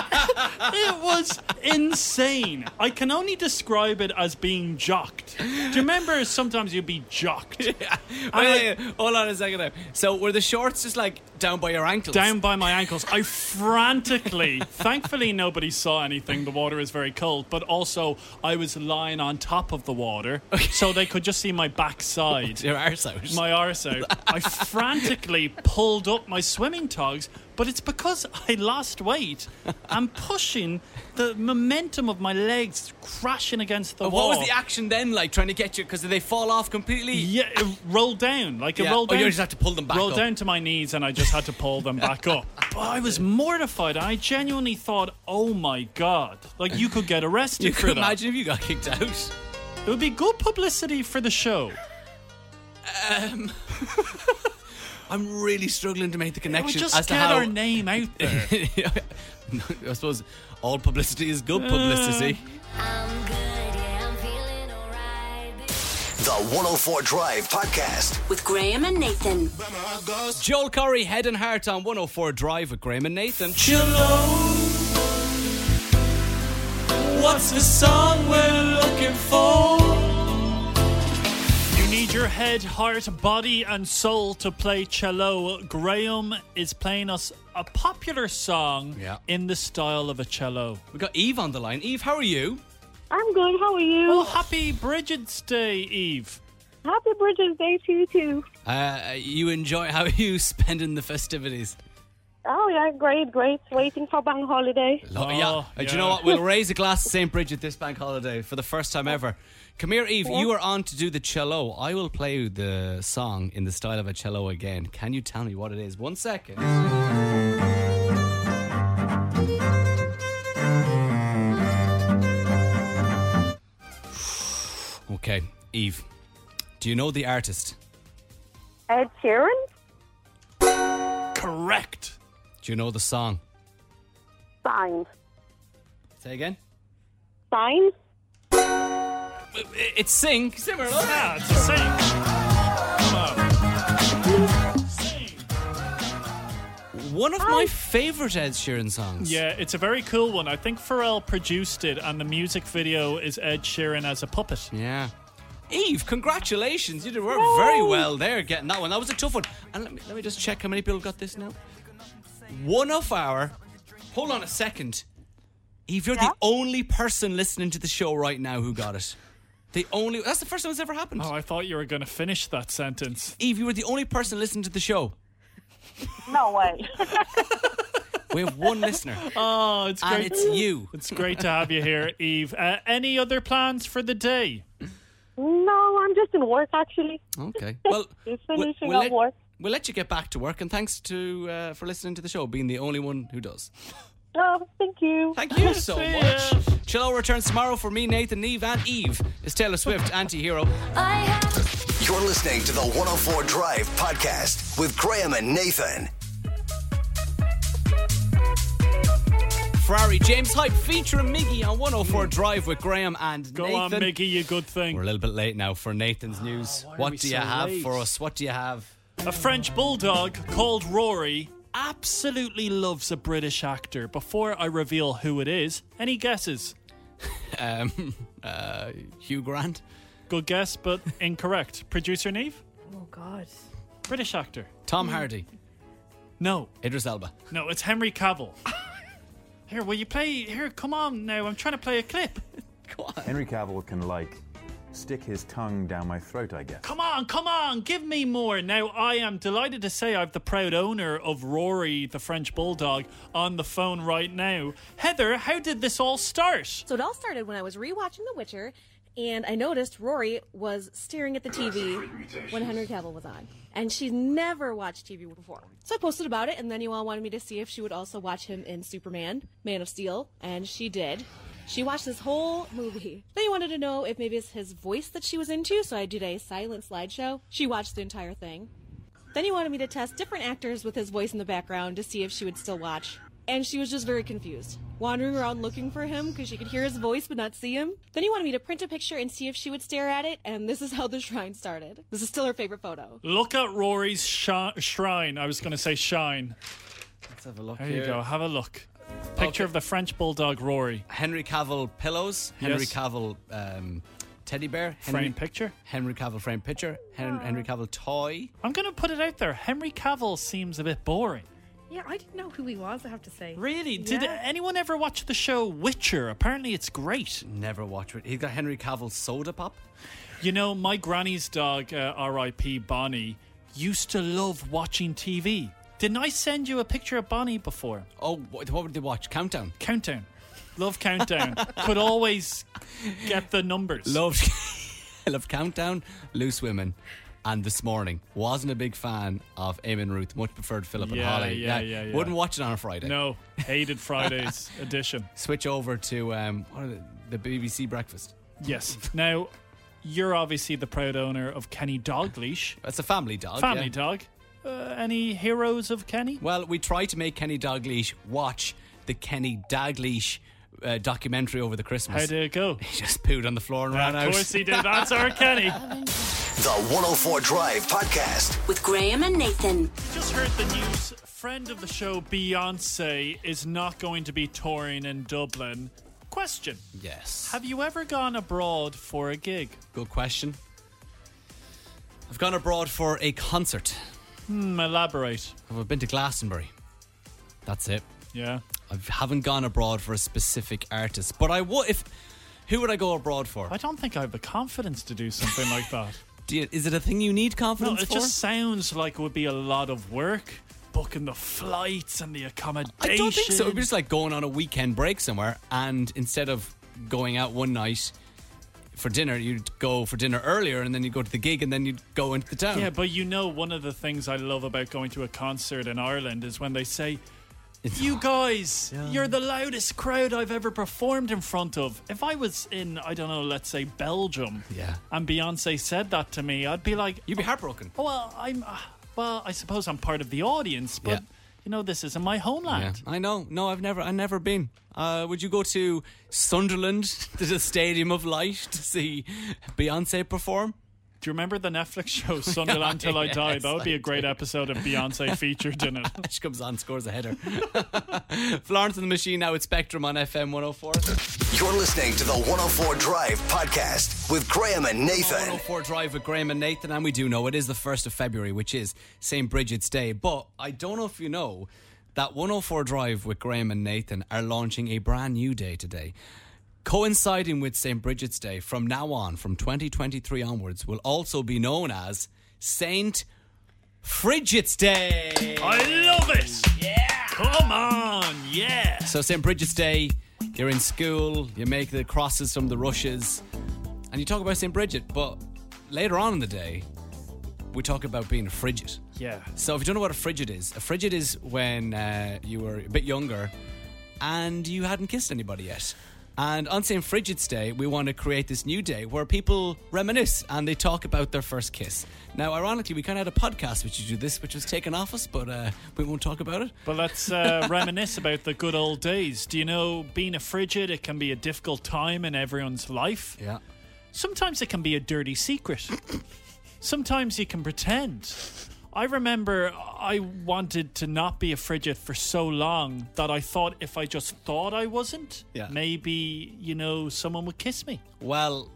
Speaker 1: It was insane. I can only describe it as being jocked. Do you remember sometimes you'd be jocked?
Speaker 2: Wait, wait, hold on a second there. So were the shorts just like down by your ankles?
Speaker 1: down by my ankles. I frantically, *laughs* thankfully, nobody saw anything. The water is very cold, but also I was lying on top of the water, so they could just see my backside,
Speaker 2: your arse out.
Speaker 1: my arse out. I frantically pulled up my swimming togs, but it's because I lost weight. I'm pushing the momentum of my legs crashing against the
Speaker 2: But
Speaker 1: wall.
Speaker 2: what was the action then like? Trying to get you because they fall off completely.
Speaker 1: Yeah, it rolled down. Like it
Speaker 2: Yeah.
Speaker 1: rolled
Speaker 2: Oh,
Speaker 1: down.
Speaker 2: you just have to pull them back
Speaker 1: Rolled
Speaker 2: up.
Speaker 1: down to my knees, and I just had to pull them back
Speaker 2: *laughs*
Speaker 1: up. But I was mortified. I genuinely thought, "Oh my god!" Like you could get arrested
Speaker 2: You
Speaker 1: for
Speaker 2: could
Speaker 1: that.
Speaker 2: imagine if you got kicked out.
Speaker 1: It would be good publicity for the show.
Speaker 2: I'm really struggling to make the
Speaker 1: It would
Speaker 2: connection
Speaker 1: just
Speaker 2: as
Speaker 1: get
Speaker 2: to how.
Speaker 1: our name out there.
Speaker 2: *laughs* No, I suppose all publicity is
Speaker 1: Uh.
Speaker 2: good publicity.
Speaker 8: I'm good, yeah, I'm feeling alright.
Speaker 4: The 104 Drive Podcast.
Speaker 10: With Graham and Nathan.
Speaker 2: Joel Corey, Head and Heart on 104 Drive with Graham and Nathan.
Speaker 1: What's the song we're looking for? You need your head, heart, body, and soul to play cello. Graham is playing us a popular song
Speaker 2: Yeah.
Speaker 1: in the style of a cello.
Speaker 2: We've got Eve on the line. Eve, how are you?
Speaker 11: I'm good. How are you?
Speaker 1: Oh, happy Bridget's Day, Eve.
Speaker 11: Happy Bridges Day to you too.
Speaker 2: Uh, you enjoy how *laughs* are you spending the festivities?
Speaker 11: Oh yeah, great, great. Waiting for bank holiday.
Speaker 2: Lo-
Speaker 1: Oh,
Speaker 2: yeah. Uh, Do
Speaker 1: yeah.
Speaker 2: you know
Speaker 1: *laughs*
Speaker 2: what? We'll raise a glass to St. Bridget this bank holiday for the first time ever. Come here, Eve. You are on to do the cello. I will play you the song in the style of a cello again. Can you tell me what it is? One second. *sighs* Okay, Eve. Do you know the artist?
Speaker 11: Ed Sheeran,
Speaker 1: Correct.
Speaker 2: Do you know the song?
Speaker 11: sign,
Speaker 2: Say again.
Speaker 11: sign.
Speaker 2: I- I- It's sing. Similar.
Speaker 1: Yeah, it's the same. Come
Speaker 2: One of my favorite Ed Sheeran
Speaker 1: on.
Speaker 2: songs.
Speaker 1: Yeah, it's a very cool one. I think Pharrell produced it, and the music video is Ed Sheeran as a puppet.
Speaker 2: Yeah. Eve, congratulations. You did work very well there getting that one. That was a tough one. And let me, let me just check how many people got this now. One of our. Hold on a second. Eve, you're the only person listening to the show right now who got it. The only. That's the first time it's ever happened.
Speaker 1: Oh, I thought you were going to finish that sentence.
Speaker 2: Eve, you were the only person listening to the show. *laughs*
Speaker 11: No way.
Speaker 2: We
Speaker 1: *laughs*
Speaker 2: have one listener,
Speaker 1: Oh, it's
Speaker 2: and
Speaker 1: great.
Speaker 2: it's you.
Speaker 1: It's great to have you here, Eve. Uh, any other plans for the day?
Speaker 11: no, I'm just in work actually.
Speaker 2: Okay. Well,
Speaker 11: Just
Speaker 2: we-
Speaker 11: finishing
Speaker 2: we'll
Speaker 11: up
Speaker 2: let-
Speaker 11: work.
Speaker 2: We'll let you get back to work, and thanks to uh, for listening to the show, being the only one who does.
Speaker 11: Oh, thank you.
Speaker 1: *laughs*
Speaker 2: Thank you so
Speaker 1: See
Speaker 2: much.
Speaker 1: ya.
Speaker 2: Chillow returns tomorrow for me, Nathan, Neve, and Eve. It's Taylor Swift, anti-hero.
Speaker 8: I have
Speaker 4: You're listening to the 104 Drive Podcast with Graham and Nathan.
Speaker 2: Ferrari, James Hype, featuring Miggy on 104 Drive with Graham and
Speaker 1: Go
Speaker 2: Nathan.
Speaker 1: on, Mickey, you good
Speaker 2: We're a
Speaker 1: thing. Ah,
Speaker 2: little bit late now for Nathan's news.
Speaker 1: why are
Speaker 2: What
Speaker 1: we
Speaker 2: do you
Speaker 1: so
Speaker 2: have
Speaker 1: late?
Speaker 2: for us? What do you have?
Speaker 1: A French bulldog called Rory absolutely loves a British actor. Before I reveal who it is, any guesses?
Speaker 2: *laughs* Um, uh, Hugh Grant.
Speaker 1: Good guess, but incorrect. Producer Neve?
Speaker 3: Oh God.
Speaker 1: British actor.
Speaker 2: Tom Hardy.
Speaker 1: Hmm. No,
Speaker 2: Idris Elba.
Speaker 1: no, it's Henry
Speaker 2: *laughs*
Speaker 1: Cavill. Here, will you play? Here, come on now. I'm trying to play a clip.
Speaker 10: Henry Cavill can, like, stick his tongue down my throat, I guess.
Speaker 1: Come on, come on, give me more. Now, I am delighted to say I've the proud owner of Rory, the French Bulldog, on the phone right now. Heather, how did this all start?
Speaker 12: So it all started when I was rewatching The Witcher, and I noticed Rory was staring at the TV when Henry Cavill was on, and she'd never watched TV before. So I posted about it, and then you all wanted me to see if she would also watch him in Superman, Man of Steel, and she did. She watched this whole movie. Then you wanted to know if maybe it's his voice that she was into, so I did a silent slideshow. She watched the entire thing. Then he wanted me to test different actors with his voice in the background to see if she would still watch. And she was just very confused, wandering around looking for him because she could hear his voice but not see him. Then he wanted me to print a picture and see if she would stare at it, and this is how the shrine started. This is still her favorite photo.
Speaker 1: Look at Rory's sh- shrine. I was going to say shine.
Speaker 2: Let's have a look.
Speaker 1: There you go, have a look. Picture of the French Bulldog Rory.
Speaker 2: Henry Cavill pillows. Henry
Speaker 1: Yes.
Speaker 2: Cavill um, teddy bear. Henry,
Speaker 1: Frame picture.
Speaker 2: Henry Cavill frame picture. Hen- Henry Cavill toy.
Speaker 1: I'm going to put it out there. Henry Cavill seems a bit boring.
Speaker 3: *laughs* Yeah, I didn't know who he was. I have to say.
Speaker 1: Really? Did
Speaker 3: Yeah.
Speaker 1: anyone ever watch the show Witcher? Apparently, it's great.
Speaker 2: Never watch it. He's got Henry Cavill soda pop.
Speaker 1: You know, my granny's dog, uh, R.I.P. Bonnie, used to love watching TV. Didn't I send you a picture of Bonnie before?
Speaker 2: Oh, what, what would they watch? Countdown.
Speaker 1: Countdown. Love Countdown. Could
Speaker 2: *laughs*
Speaker 1: always get the numbers.
Speaker 2: Loved, *laughs* I loved Countdown, Loose Women, and This Morning. Wasn't a big fan of Eamon Ruth. Much preferred Philip and
Speaker 1: Yeah,
Speaker 2: Holly.
Speaker 1: yeah, yeah, yeah.
Speaker 2: Wouldn't watch it on a Friday.
Speaker 1: No, hated
Speaker 2: *laughs*
Speaker 1: Friday's edition.
Speaker 2: Switch over to um, what are the, the BBC Breakfast.
Speaker 1: Yes. Now, you're obviously the proud owner of Kenny Dogleash,
Speaker 2: That's a family dog.
Speaker 1: family
Speaker 2: yeah.
Speaker 1: dog. Uh, any heroes of Kenny?
Speaker 2: Well, we tried to make Kenny Dalglish watch the Kenny Dalglish uh, documentary over the Christmas.
Speaker 1: How did it go?
Speaker 2: *laughs* He just pooed on the floor and ran
Speaker 1: Of
Speaker 2: out.
Speaker 1: course he did. That's our Kenny.
Speaker 4: The 104 Drive Podcast.
Speaker 13: With Graham and Nathan.
Speaker 1: Just heard the news. Friend of the show, Beyonce, is not going to be touring in Dublin. Question
Speaker 2: Yes.
Speaker 1: Have you ever gone abroad for a gig?
Speaker 2: Good question. I've gone abroad for a concert.
Speaker 1: Hmm, elaborate.
Speaker 2: I've been to Glastonbury. That's it.
Speaker 1: Yeah.
Speaker 2: I haven't gone abroad for a specific artist, but I would if. Who would I go abroad for?
Speaker 1: I don't think I have the confidence to do something like that.
Speaker 2: *laughs* Do you, is it a thing you need
Speaker 1: No,
Speaker 2: confidence
Speaker 1: it
Speaker 2: for?
Speaker 1: just sounds like it would be a lot of work booking the flights and the accommodation.
Speaker 2: I don't think so. It'd be just like going on a weekend break somewhere, and instead of going out one night for dinner, you'd go for dinner earlier, and then you'd go to the gig, and then you'd go into the town.
Speaker 1: Yeah, but you know, one of the things I love about going to a concert in Ireland is when they say, You guys, you're the loudest crowd I've ever performed in front of. If I was in, I don't know, let's say Belgium,
Speaker 2: Yeah.
Speaker 1: and Beyonce said that to me, I'd be like,
Speaker 2: you'd be heartbroken.
Speaker 1: oh, well, I'm, uh, well, I suppose I'm part of the audience, but
Speaker 2: Yeah.
Speaker 1: you know, this isn't my
Speaker 2: Yeah,
Speaker 1: homeland.
Speaker 2: I know. No, I've never, I've never been. Uh, would you go to Sunderland *laughs* to the Stadium of Light to see Beyonce perform?
Speaker 1: Do you remember the Netflix
Speaker 2: *laughs*
Speaker 1: show Sunderland Till I Die?
Speaker 2: Yes,
Speaker 1: That would be
Speaker 2: I
Speaker 1: a great episode if
Speaker 2: *laughs*
Speaker 1: Beyonce featured in it.
Speaker 2: She comes on, scores a header. Florence and the Machine now at Spectrum on FM 104.
Speaker 4: You're listening to the 104 Drive Podcast with Graham and Nathan.
Speaker 2: 104 Drive with Graham and Nathan, and we do know it is the 1st of February, which is St. Bridget's Day. But I don't know if you know that 104 Drive with Graham and Nathan are launching a brand new day today. Coinciding with St. Bridget's Day from now on, from 2023 onwards, will also be known as St. Fridget's Day.
Speaker 1: I love it. Yeah. Come on. Yeah.
Speaker 2: So St. Bridget's Day, you're in school, you make the crosses from the rushes, and you talk about St. Bridget, but later on in the day, we talk about being a frigid.
Speaker 1: Yeah.
Speaker 2: So if you don't know what a frigid is, a frigid is when uh, you were a bit younger and you hadn't kissed anybody yet. And on St. Frigid's Day, we want to create this new day where people reminisce and they talk about their first kiss. Now, ironically, we kind of had a podcast which you do this, which was taken off us, but uh, we won't talk about it.
Speaker 1: But let's uh, reminisce about the good old days. Do you know, being a frigid, it can be a difficult time in everyone's life.
Speaker 2: Yeah.
Speaker 1: Sometimes it can be a dirty secret. Sometimes you can pretend. I remember I wanted to not be a frigid for so long that I thought if I just thought I wasn't,
Speaker 2: Yeah.
Speaker 1: maybe, you know, someone would kiss me.
Speaker 2: Well,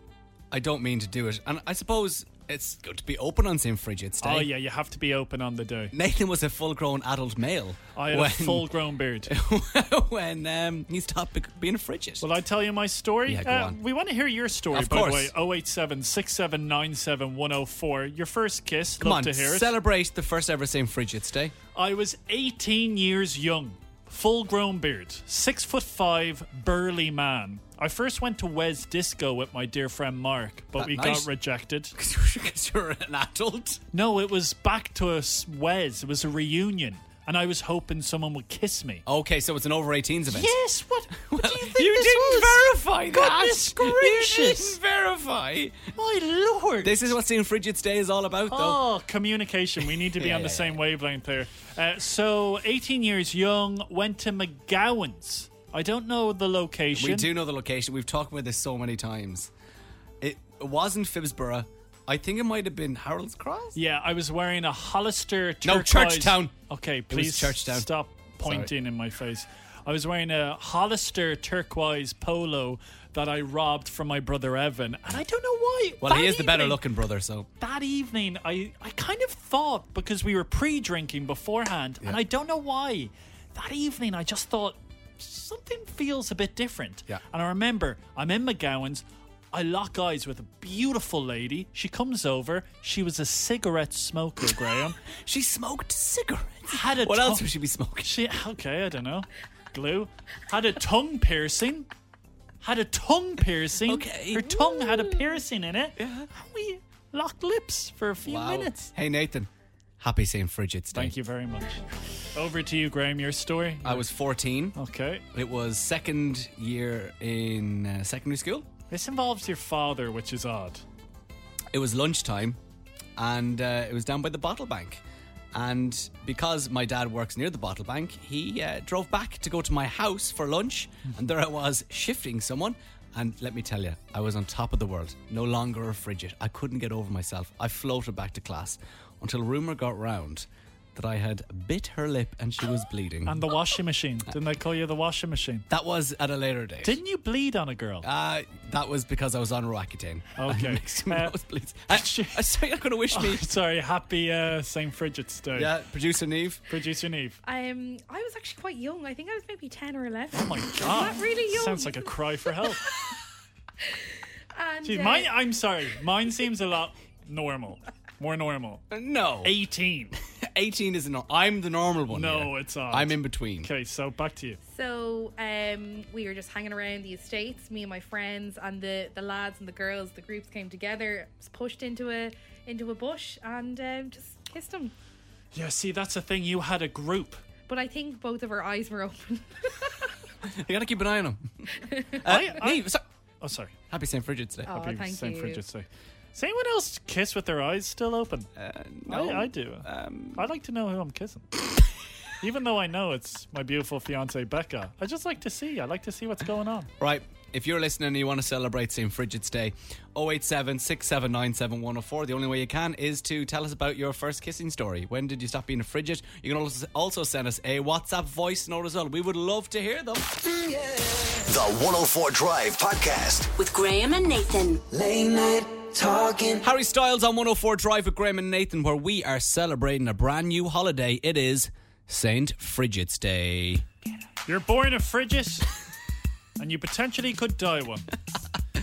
Speaker 2: I don't mean to do it. And I suppose it's good to be open on St. Frigid's Day.
Speaker 1: Oh, yeah, you have to be open on the day.
Speaker 2: Nathan was a full grown adult male.
Speaker 1: I had
Speaker 2: when,
Speaker 1: a full grown beard.
Speaker 2: *laughs* *laughs* when um, he stopped bec- being a frigid.
Speaker 1: Will I tell you my story?
Speaker 2: Yeah, go
Speaker 1: Uh,
Speaker 2: on.
Speaker 1: We want to hear your story,
Speaker 2: Of
Speaker 1: by
Speaker 2: course.
Speaker 1: the way. 087 6797 104. Your first kiss.
Speaker 2: Come
Speaker 1: Love
Speaker 2: on,
Speaker 1: to hear it.
Speaker 2: celebrate the first ever eh? St. Frigid's Day.
Speaker 1: I was 18 years young, full grown beard, six foot five, burly man. I first went to Wes Disco with my dear friend Mark, but
Speaker 2: That
Speaker 1: we
Speaker 2: nice.
Speaker 1: got
Speaker 2: *laughs*
Speaker 1: rejected.
Speaker 2: Because you're an adult.
Speaker 1: No, it was back to us, Wes. It was a reunion, and I was hoping someone would kiss me.
Speaker 2: Okay, so it's an over 18s event.
Speaker 1: Yes, what? what do you think
Speaker 2: You
Speaker 1: this
Speaker 2: didn't
Speaker 1: was?
Speaker 2: verify that.
Speaker 1: Goodness
Speaker 2: You
Speaker 1: gracious!
Speaker 2: didn't *laughs* verify.
Speaker 1: My lord!
Speaker 2: This is what St. Frigid's Day is all about, though.
Speaker 1: Oh, communication. We need to be
Speaker 2: Yeah,
Speaker 1: on the
Speaker 2: yeah,
Speaker 1: same wavelength here. Uh, so, 18 years young, went to McGowan's. I don't know the location.
Speaker 2: We do know the location. We've talked about this so many times. It wasn't Phibsborough. I think it might have been Harold's Cross.
Speaker 1: Yeah, I was wearing a Hollister
Speaker 2: No,
Speaker 1: turquoise.
Speaker 2: Churchtown.
Speaker 1: Okay,
Speaker 2: was
Speaker 1: please
Speaker 2: Churchtown.
Speaker 1: stop pointing in my face. I was wearing a Hollister turquoise polo that I robbed from my brother Evan, and I don't know why.
Speaker 2: Well, he
Speaker 1: That
Speaker 2: is the better
Speaker 1: evening-
Speaker 2: looking brother, so.
Speaker 1: that evening I, I kind of thought because we were pre-drinking beforehand and i don't know why that evening i just thought something feels a bit different
Speaker 2: Yeah.
Speaker 1: and i remember i'm in mcgowan's i lock eyes with a beautiful lady she comes over she was a cigarette
Speaker 2: *laughs*
Speaker 1: smoker graham
Speaker 2: She smoked cigarettes.
Speaker 1: had a
Speaker 2: What else
Speaker 1: tongue-
Speaker 2: would she be smoking?
Speaker 1: she okay i don't know glue had a tongue piercing had a tongue piercing
Speaker 2: Okay.
Speaker 1: her tongue had a piercing in it yeah. we locked lips for a few minutes
Speaker 2: Hey, Nathan. Happy eh? St. Frigid's Day.
Speaker 1: Thank you very much. Over to you, Graham. Your story.
Speaker 2: I was 14.
Speaker 1: Okay.
Speaker 2: It was second year in uh, secondary school.
Speaker 1: This involves your father, which is odd.
Speaker 2: It was lunchtime, and uh, it was down by the bottle bank. And because my dad works near the bottle bank, he uh, drove back to go to my house for lunch.
Speaker 1: Hmm.
Speaker 2: And there I was shifting someone. And let me tell you, I was on top of the world, no longer a frigid. I couldn't get over myself. I floated back to class until rumor got round that I had bit her lip and she was bleeding.
Speaker 1: And the washing machine. Didn't they call you the washing machine?
Speaker 2: that was at a later date.
Speaker 1: Didn't you bleed on a girl?
Speaker 2: Uh, that was because I was on Roaccutane. *laughs*
Speaker 1: Okay.
Speaker 2: Makes me
Speaker 1: Uh, Oh,
Speaker 2: nosebleeds. I, I, sorry, you're going to wish
Speaker 1: *laughs*
Speaker 2: me.
Speaker 1: Sorry. Happy uh, St. Frigid's Day.
Speaker 2: Yeah, producer Neve.
Speaker 1: Producer Neve.
Speaker 3: Um, I was actually quite young. I think I was maybe ten or eleven.
Speaker 1: Oh my God.
Speaker 3: Not really young.
Speaker 1: Sounds like a cry for help.
Speaker 3: And,
Speaker 1: Jeez,
Speaker 3: uh,
Speaker 1: mine. I'm sorry. Mine seems a lot normal. More normal.
Speaker 2: Uh, No, *laughs*
Speaker 1: 18.
Speaker 2: 18 is not. I'm the normal one.
Speaker 1: No,
Speaker 2: here.
Speaker 1: it's odd.
Speaker 2: I'm in between.
Speaker 1: Okay. So back to you.
Speaker 3: So um, we were just hanging around the estates, me and my friends, and the, the lads and the girls. The groups came together, was pushed into a into a bush, and um, just kissed them.
Speaker 1: Yeah. See, that's the thing. You had a
Speaker 2: *laughs*
Speaker 1: group.
Speaker 3: But I think both of our eyes were open. *laughs*
Speaker 2: You gotta keep an eye
Speaker 1: *laughs*
Speaker 2: on him. uh,
Speaker 1: I-
Speaker 2: Neve, so-
Speaker 1: Oh, sorry.
Speaker 2: happy St. Frigid's Day.
Speaker 3: Oh,
Speaker 1: Happy
Speaker 3: thank
Speaker 1: St.
Speaker 3: you.
Speaker 1: Frigid's Day. Does anyone else kiss with their eyes still open?
Speaker 2: Uh, no. Um,
Speaker 1: I, I do. I like to know who I'm
Speaker 2: *laughs*
Speaker 1: kissing. Even though I know it's my beautiful fiance Becca, I just like to see. I like to see what's going on.
Speaker 2: Right. If you're listening and you want to celebrate St. Frigid's Day, 087 6797104. The only way you can is to tell us about your first kissing story. When did you stop being a frigid? You can also- also send us a WhatsApp voice note as well. We would love to hear them.
Speaker 4: The 104 Drive Podcast.
Speaker 13: With Graham and Nathan.
Speaker 9: Late night talking.
Speaker 2: Harry Styles on 104 Drive with Graham and Nathan, where we are celebrating a brand new holiday. It is St. Frigid's Day.
Speaker 1: You're born a frigid, and you potentially could die one.
Speaker 2: *laughs*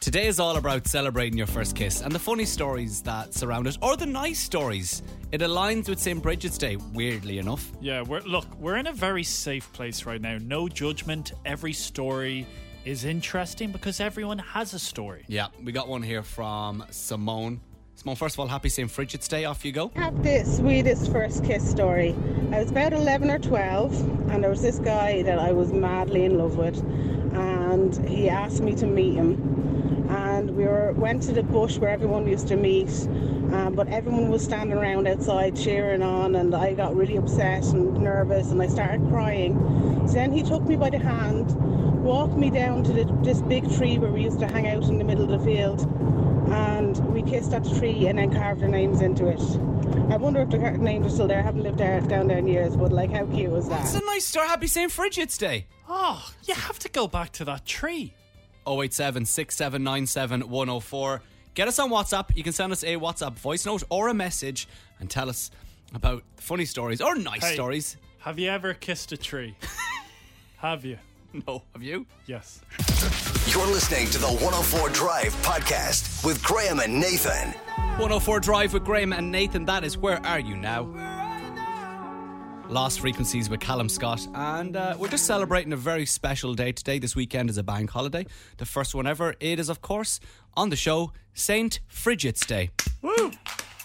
Speaker 2: Today is all about celebrating your first kiss and the funny stories that surround it, or the nice stories. It aligns with St. Bridget's Day, weirdly enough.
Speaker 1: Yeah, we're look, we're in a very safe place right now. No judgment. Every story is interesting because everyone has a story.
Speaker 2: Yeah, we got one here from Simone. Simone, first of all, happy St. Bridget's Day. Off you go.
Speaker 13: had the sweetest first kiss story. I was about 11 or 12, and there was this guy that I was madly in love with, and he asked me to meet him. And we were went to the bush where everyone used to meet, um, but everyone was standing around outside cheering on, and I got really upset and nervous, and I started crying. So then he took me by the hand, walked me down to the, this big tree where we used to hang out in the middle of the field and we kissed at the tree and then carved our names into it. I wonder if the car- names are still there. I haven't lived there down there in years, but like, how cute was that?
Speaker 2: That's a nice story. Happy St. Bridget's Day.
Speaker 1: Oh, you have to go back to that tree.
Speaker 2: 087 6797 104. Get us on WhatsApp. You can send us a WhatsApp voice note or a message and tell us about funny stories or nice
Speaker 1: Hey,
Speaker 2: stories.
Speaker 1: Have you ever kissed a
Speaker 2: *laughs*
Speaker 1: tree? have you?
Speaker 2: No. Have you?
Speaker 1: Yes.
Speaker 4: You're listening to the 104 Drive Podcast with Graham and Nathan.
Speaker 2: 104 Drive with Graham and Nathan. That is Where Are You Now? Lost Frequencies with Callum Scott. And uh, we're just celebrating a very special day today. This weekend is a bank holiday, the first one ever. It is, of course, on the show, St. Frigid's Day.
Speaker 1: Woo!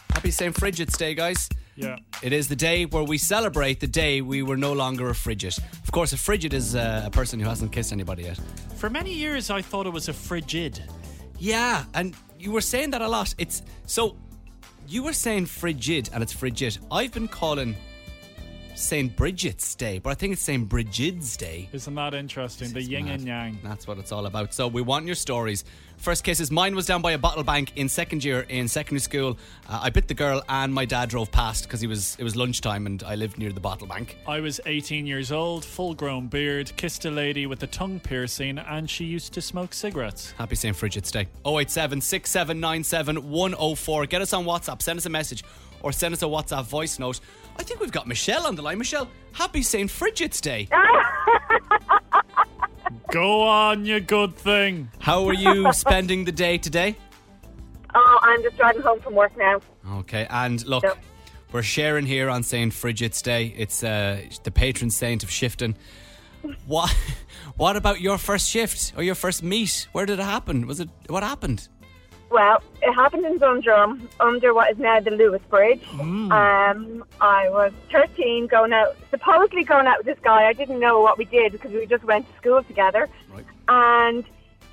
Speaker 2: Happy St. Frigid's Day, guys.
Speaker 1: Yeah.
Speaker 2: It is the day where we celebrate the day we were no longer a frigid. Of course, a frigid is uh, a person who hasn't kissed anybody yet.
Speaker 1: For many years, I thought it was a frigid.
Speaker 2: Yeah, and you were saying that a lot. It's so you were saying frigid and it's frigid. I've been calling St. Bridget's Day, but I think it's St. Brigid's Day.
Speaker 1: Isn't that interesting? The yin and yang.
Speaker 2: That's what it's all about. So we want your stories. First kisses. Mine was down by a bottle bank in second year in secondary school. Uh, I bit the girl, and my dad drove past because he was it was lunchtime, and I lived near the bottle bank.
Speaker 1: I was 18 years old, full grown beard, kissed a lady with a tongue piercing, and she used to smoke cigarettes.
Speaker 2: Happy St. Frigid's Day. 087 6797 104. Get us on WhatsApp, send us a message, or send us a WhatsApp voice note. I think we've got Michelle on the line. Michelle, happy St. Frigid's Day.
Speaker 1: *laughs* Go on, you good thing.
Speaker 2: How
Speaker 1: *laughs*
Speaker 2: are you spending the day today?
Speaker 14: Oh, I'm just driving home from work now.
Speaker 2: Okay, and look,
Speaker 14: Yep.
Speaker 2: we're sharing here on St. Frigid's Day. It's uh, the patron saint of shifting. What, *laughs* what about your first shift or your first meet? Where did it happen? Was it what happened?
Speaker 14: Well, it happened in Dundrum under what is now the Lewis Bridge.
Speaker 9: Hmm.
Speaker 14: Um, I was 13, going out, supposedly going out with this guy. I didn't know what we did because we just went to school together. And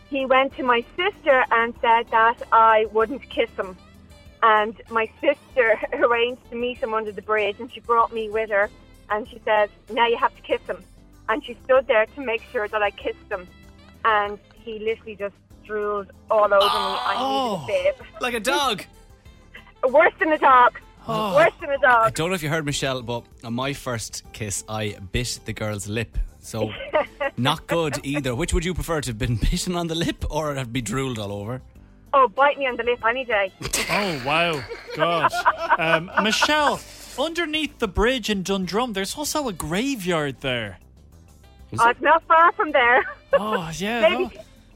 Speaker 14: he went to my sister and said that I wouldn't kiss him. And my sister *laughs* arranged to meet him under the bridge, and she brought me with her. And she says, "Now you have to kiss him." And she stood there to make sure that I kissed him. And he literally just drooled all over me. I needed a bib.
Speaker 2: Oh, Like a dog.
Speaker 14: *laughs* Worse than a dog.
Speaker 2: Oh.
Speaker 14: Worse than a
Speaker 2: I
Speaker 14: dog. *laughs*
Speaker 2: don't know if you heard Michelle, but on my first kiss, I bit the girl's lip.
Speaker 14: *laughs*
Speaker 2: So not good either. Which would you prefer to have been *laughs* bitten on the lip or have be drooled all over?
Speaker 14: Oh, bite me on the lip any day.
Speaker 1: Oh, wow. God. Um, Michelle, underneath the bridge in Dundrum, there's also a graveyard there.
Speaker 14: Oh, it's not far from there.
Speaker 1: Oh,
Speaker 14: *laughs*
Speaker 1: yeah,
Speaker 14: maybe,
Speaker 1: no.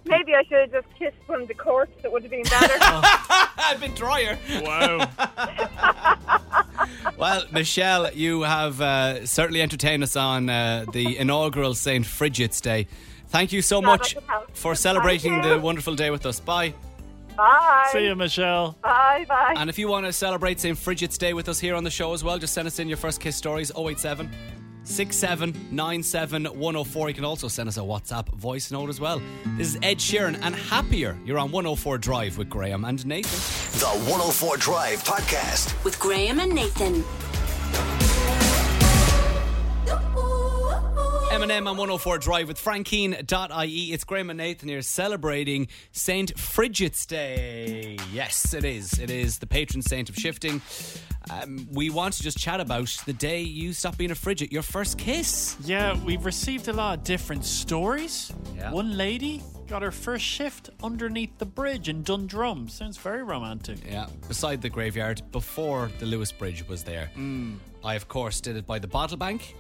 Speaker 14: maybe I should have just kissed from the corpse. It would have
Speaker 2: *laughs*
Speaker 14: been better.
Speaker 2: Oh. I've been drier.
Speaker 1: Wow.
Speaker 2: Well, Michelle, you have uh, certainly entertained us on uh, the inaugural St. Frigid's Day. Thank you so
Speaker 1: Glad I
Speaker 2: much
Speaker 1: could help.
Speaker 2: for celebrating
Speaker 1: Thank you.
Speaker 2: the wonderful day with us. Bye.
Speaker 14: Bye.
Speaker 1: See you, Michelle.
Speaker 14: Bye, bye.
Speaker 2: And if you want to celebrate St. Frigid's Day with us here on the show as well, just send us in your first kiss stories 087 6797 104. You can also send us a WhatsApp voice note as well. This is Ed Sheeran and Happier. You're on 104 Drive with Graham and Nathan.
Speaker 4: *laughs* The 104 Drive Podcast.
Speaker 15: With Graham and Nathan.
Speaker 2: Eminem on 104 Drive with Frankine.ie. It's Graham and Nathan here celebrating St. Frigid's Day. Yes, it is. It is the patron saint of shifting. Um, we want to just chat about the day you stopped being a frigid, your first kiss.
Speaker 1: Yeah, we've received a lot of different stories. One lady got her first shift underneath the bridge in Dundrum. Sounds very romantic.
Speaker 2: Yeah, beside the
Speaker 16: Mm.
Speaker 2: graveyard before the Lewis Bridge was there. I, of course, did it by the bottle bank.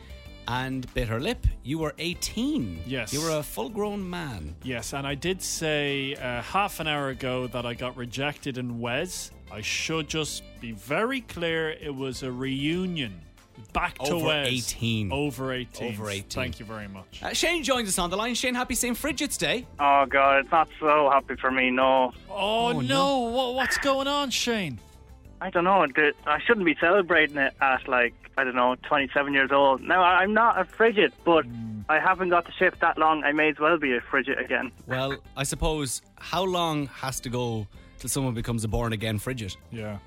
Speaker 2: and bit her lip. You were 18.
Speaker 1: Yes.
Speaker 2: You were a full grown man.
Speaker 1: Yes, and I did say uh, half an hour ago that I got rejected in Wes. I should just be very clear it was a reunion. Back to
Speaker 2: Over
Speaker 1: Wes.
Speaker 2: 18.
Speaker 1: Over 18.
Speaker 2: Over 18.
Speaker 1: Thank you very much.
Speaker 2: Uh, Shane joins us on the line. Shane, happy St. Frigid's Day.
Speaker 15: Oh god, it's not so happy for me. No,
Speaker 1: Oh, no. What, what's going on, Shane?
Speaker 15: I don't know. the- I shouldn't be celebrating it at like I don't know, 27 years old. Now I- I'm not a frigid, but
Speaker 1: Hmm.
Speaker 15: I haven't got the shift that long. I may as well be a frigid again.
Speaker 2: Well, I suppose how long has to go till someone becomes a born again frigid?
Speaker 1: Yeah.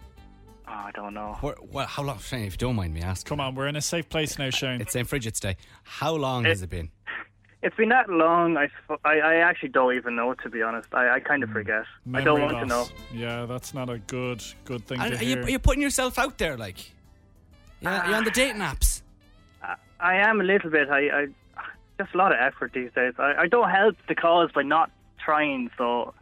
Speaker 15: Oh, I don't know.
Speaker 2: Where, well, how long, Shane? If you don't mind me asking, come
Speaker 1: on, we're in a safe place now, Shane.
Speaker 2: It's St. Frigid's Day. How long has it been?
Speaker 15: It's been that long. I, sp- I, I actually don't even know to be honest. I, I kind of forget. I don't
Speaker 1: Hmm. Memory
Speaker 15: want to know.
Speaker 1: loss. Yeah, that's not a good good thing
Speaker 2: And
Speaker 1: to
Speaker 2: are, you,
Speaker 1: hear.
Speaker 2: are you putting yourself out there? Like, yeah, you're on the dating apps.
Speaker 15: I, I am a little bit. I, I just a lot of effort these days. I, I don't help the cause by not trying. So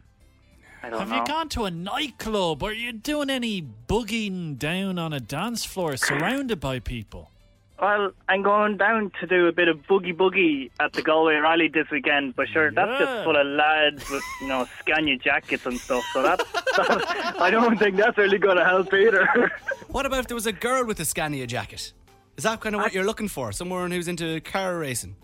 Speaker 15: I don't
Speaker 1: Have
Speaker 15: know.
Speaker 1: you gone to a nightclub? Are you doing any boogieing down on a dance floor surrounded by people?
Speaker 15: Well, I'm going down to do a bit of boogie boogie at the Galway Rally this weekend, but sure, that's
Speaker 1: Yeah.
Speaker 15: just full of lads with you know Scania jackets and stuff. So *laughs* that's, that's I don't think that's really going to help either. *laughs*
Speaker 2: What about if there was a girl with a Scania jacket? Is that kind of what you're looking for? Someone who's into car racing?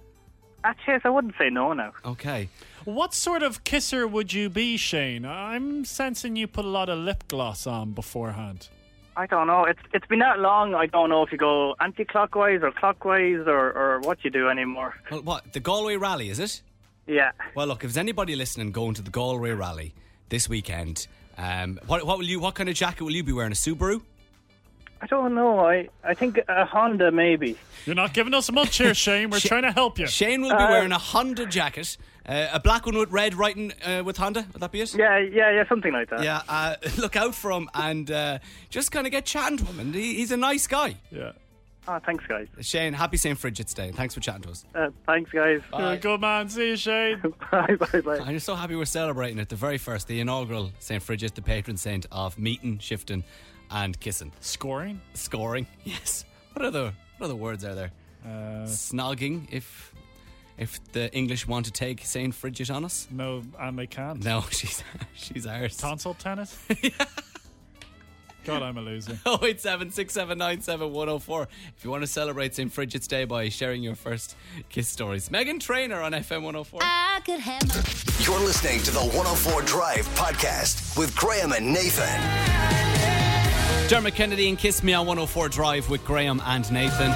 Speaker 15: Actually, I wouldn't say no now.
Speaker 2: Okay.
Speaker 1: What sort of kisser would you be, Shane? I'm sensing you put a lot of lip gloss on beforehand.
Speaker 15: I don't know. It's it's been that long. I don't know if you go anti-clockwise or clockwise or or what you do anymore.
Speaker 2: Well, what? The Galway Rally, is it?
Speaker 15: Yeah.
Speaker 2: Well, look, if there's anybody listening going to the Galway Rally this weekend, um, what, what will you? What kind of jacket will you be wearing? A Subaru?
Speaker 15: I don't know. I I think a Honda maybe.
Speaker 1: You're not giving us much here, Shane. We're
Speaker 2: Sha-
Speaker 1: trying to help you.
Speaker 2: Shane will be
Speaker 15: Uh,
Speaker 2: wearing a Honda jacket, uh, a black one with red writing uh, with Honda. Would that be it?
Speaker 15: Yeah, yeah, yeah, something like that.
Speaker 2: Yeah, uh, *laughs* look out for him and uh, just kind of get chatting to him. And he, he's a nice guy.
Speaker 1: Yeah.
Speaker 15: Oh, thanks, guys.
Speaker 2: Shane, happy St. Frigid's Day. Thanks for chatting to us.
Speaker 15: Uh, thanks, guys.
Speaker 1: You're a good man. See you, Shane.
Speaker 15: *laughs* bye, bye, bye.
Speaker 2: I'm just so happy we're celebrating it. The very first, the inaugural St. Frigid, the patron saint of meeting, shifting, and kissing.
Speaker 1: Scoring?
Speaker 2: Scoring, *laughs* yes. What other, what other words are there?
Speaker 1: Uh,
Speaker 2: Snogging, if if the English want to take St. Frigid on us.
Speaker 1: No, *laughs* and they
Speaker 2: *laughs*
Speaker 1: can't.
Speaker 2: No, she's she's ours.
Speaker 1: Tonsil tennis? God, I'm a loser.
Speaker 2: *laughs* Oh, 087 6797 104 if you want to celebrate St. Frigid's Day by sharing your first kiss stories. Megan Trainer on FM 104.
Speaker 4: I could have. You're listening to the 104 Drive Podcast with Graham and Nathan.
Speaker 2: Dermot Kennedy and Kiss Me on 104 Drive with Graham and Nathan.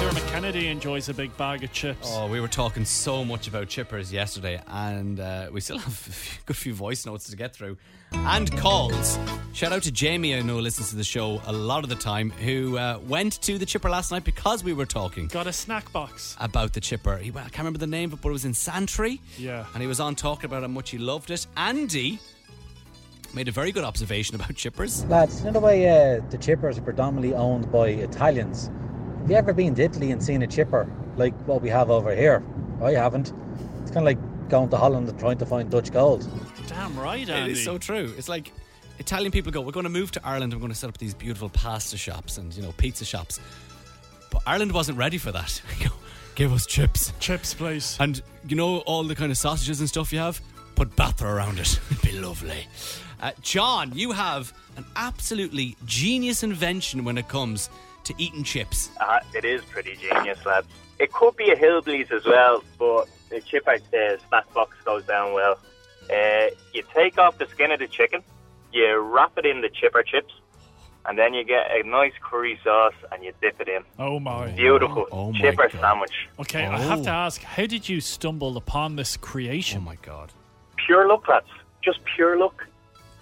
Speaker 1: Dermot Kennedy enjoys a big bag of chips.
Speaker 2: Oh, we were talking so much about chippers yesterday, and uh, we still *laughs* have a few, good few voice notes to get through and calls. Shout out to Jamie, I know listens to the show a lot of the time, who uh, went to the chipper last night because we were talking
Speaker 1: Got a snack box.
Speaker 2: about the chipper. He, I can't remember the name, of it, but it was in Santry.
Speaker 1: Yeah.
Speaker 2: And he was on talking about how much he loved it. Andy made a very good observation about chippers.
Speaker 16: Lads, you know the way uh, the chippers are predominantly owned by Italians? Have you ever been to Italy and seen a chipper like what we have over here? I haven't. It's kind of like going to Holland and trying to find Dutch gold.
Speaker 1: Damn right,
Speaker 2: It
Speaker 1: Andy.
Speaker 2: is so true. It's like Italian people go, we're going to move to Ireland and we're going to set up these beautiful pasta shops and, you know, pizza shops. But Ireland wasn't ready for that. *laughs* They go, Give us chips.
Speaker 1: Chips, please.
Speaker 2: And, you know, all the kind of sausages and stuff you have? Put batter around it. *laughs* It'd be lovely. Uh, John, you have an absolutely genius invention when it comes to eating chips.
Speaker 17: Uh, it is pretty genius, lads. It could be a hillbillies as well, but the chip out there, snack box goes down well. Uh, you take off the skin of the chicken, you wrap it in the chipper chips, and then you get a nice curry sauce and you dip it in.
Speaker 1: Oh, my.
Speaker 17: Beautiful chipper sandwich.
Speaker 1: Okay, I have to ask, how did you stumble upon this creation? Oh
Speaker 2: my god.
Speaker 17: Pure luck, lads. Just pure luck.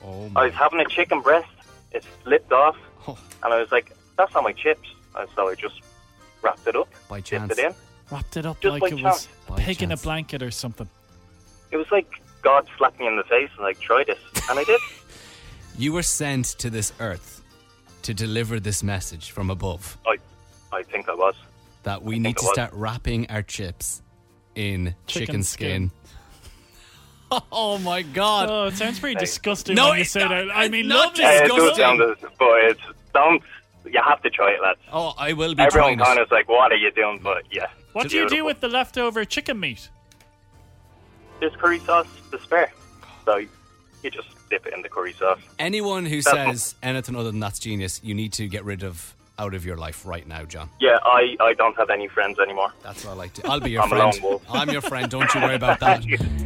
Speaker 2: Oh
Speaker 17: I was having a chicken breast, it slipped off, and I was like, that's not my chips. And so I just wrapped it up,
Speaker 2: By
Speaker 17: dipped
Speaker 1: chance.
Speaker 17: it in.
Speaker 1: Wrapped it up
Speaker 17: Just
Speaker 1: like
Speaker 17: by
Speaker 1: it was
Speaker 17: chance.
Speaker 1: a pig in a blanket or something.
Speaker 17: It was like God slapped me in the face and like, try this. And I did.
Speaker 2: You were sent to this earth to deliver this message from above.
Speaker 17: I, I think I was.
Speaker 2: that we need
Speaker 17: it
Speaker 2: to
Speaker 17: was.
Speaker 2: start wrapping our chips in chicken,
Speaker 17: Chicken
Speaker 2: skin. oh my
Speaker 1: *laughs*
Speaker 2: god!
Speaker 1: Oh, it sounds pretty
Speaker 17: Hey.
Speaker 1: disgusting
Speaker 17: No,
Speaker 1: when you
Speaker 17: it's
Speaker 1: say that. *laughs* I mean,
Speaker 17: Not
Speaker 1: lovely.
Speaker 17: Uh, it
Speaker 1: eh?
Speaker 17: does sound dis- but it's don't. You have to try it, lads.
Speaker 2: Oh, I will
Speaker 1: be
Speaker 17: Everyone
Speaker 1: trying it.
Speaker 17: kind of is like, "What are you doing?" But yeah,
Speaker 1: What
Speaker 17: Just
Speaker 1: do you do
Speaker 17: beautiful.
Speaker 1: with the leftover chicken meat?
Speaker 17: There's curry sauce to spare, so you just dip it in the curry sauce.
Speaker 2: Anyone who
Speaker 17: That's-
Speaker 2: says anything other than that's genius, you need to get rid of out of your life right now, John.
Speaker 17: Yeah, I, I don't have any friends anymore.
Speaker 2: That's what I like to. I'll be your
Speaker 17: I'm a
Speaker 2: friend.
Speaker 17: lone wolf.
Speaker 2: I'm your friend. Don't you worry about
Speaker 17: *laughs*
Speaker 2: that.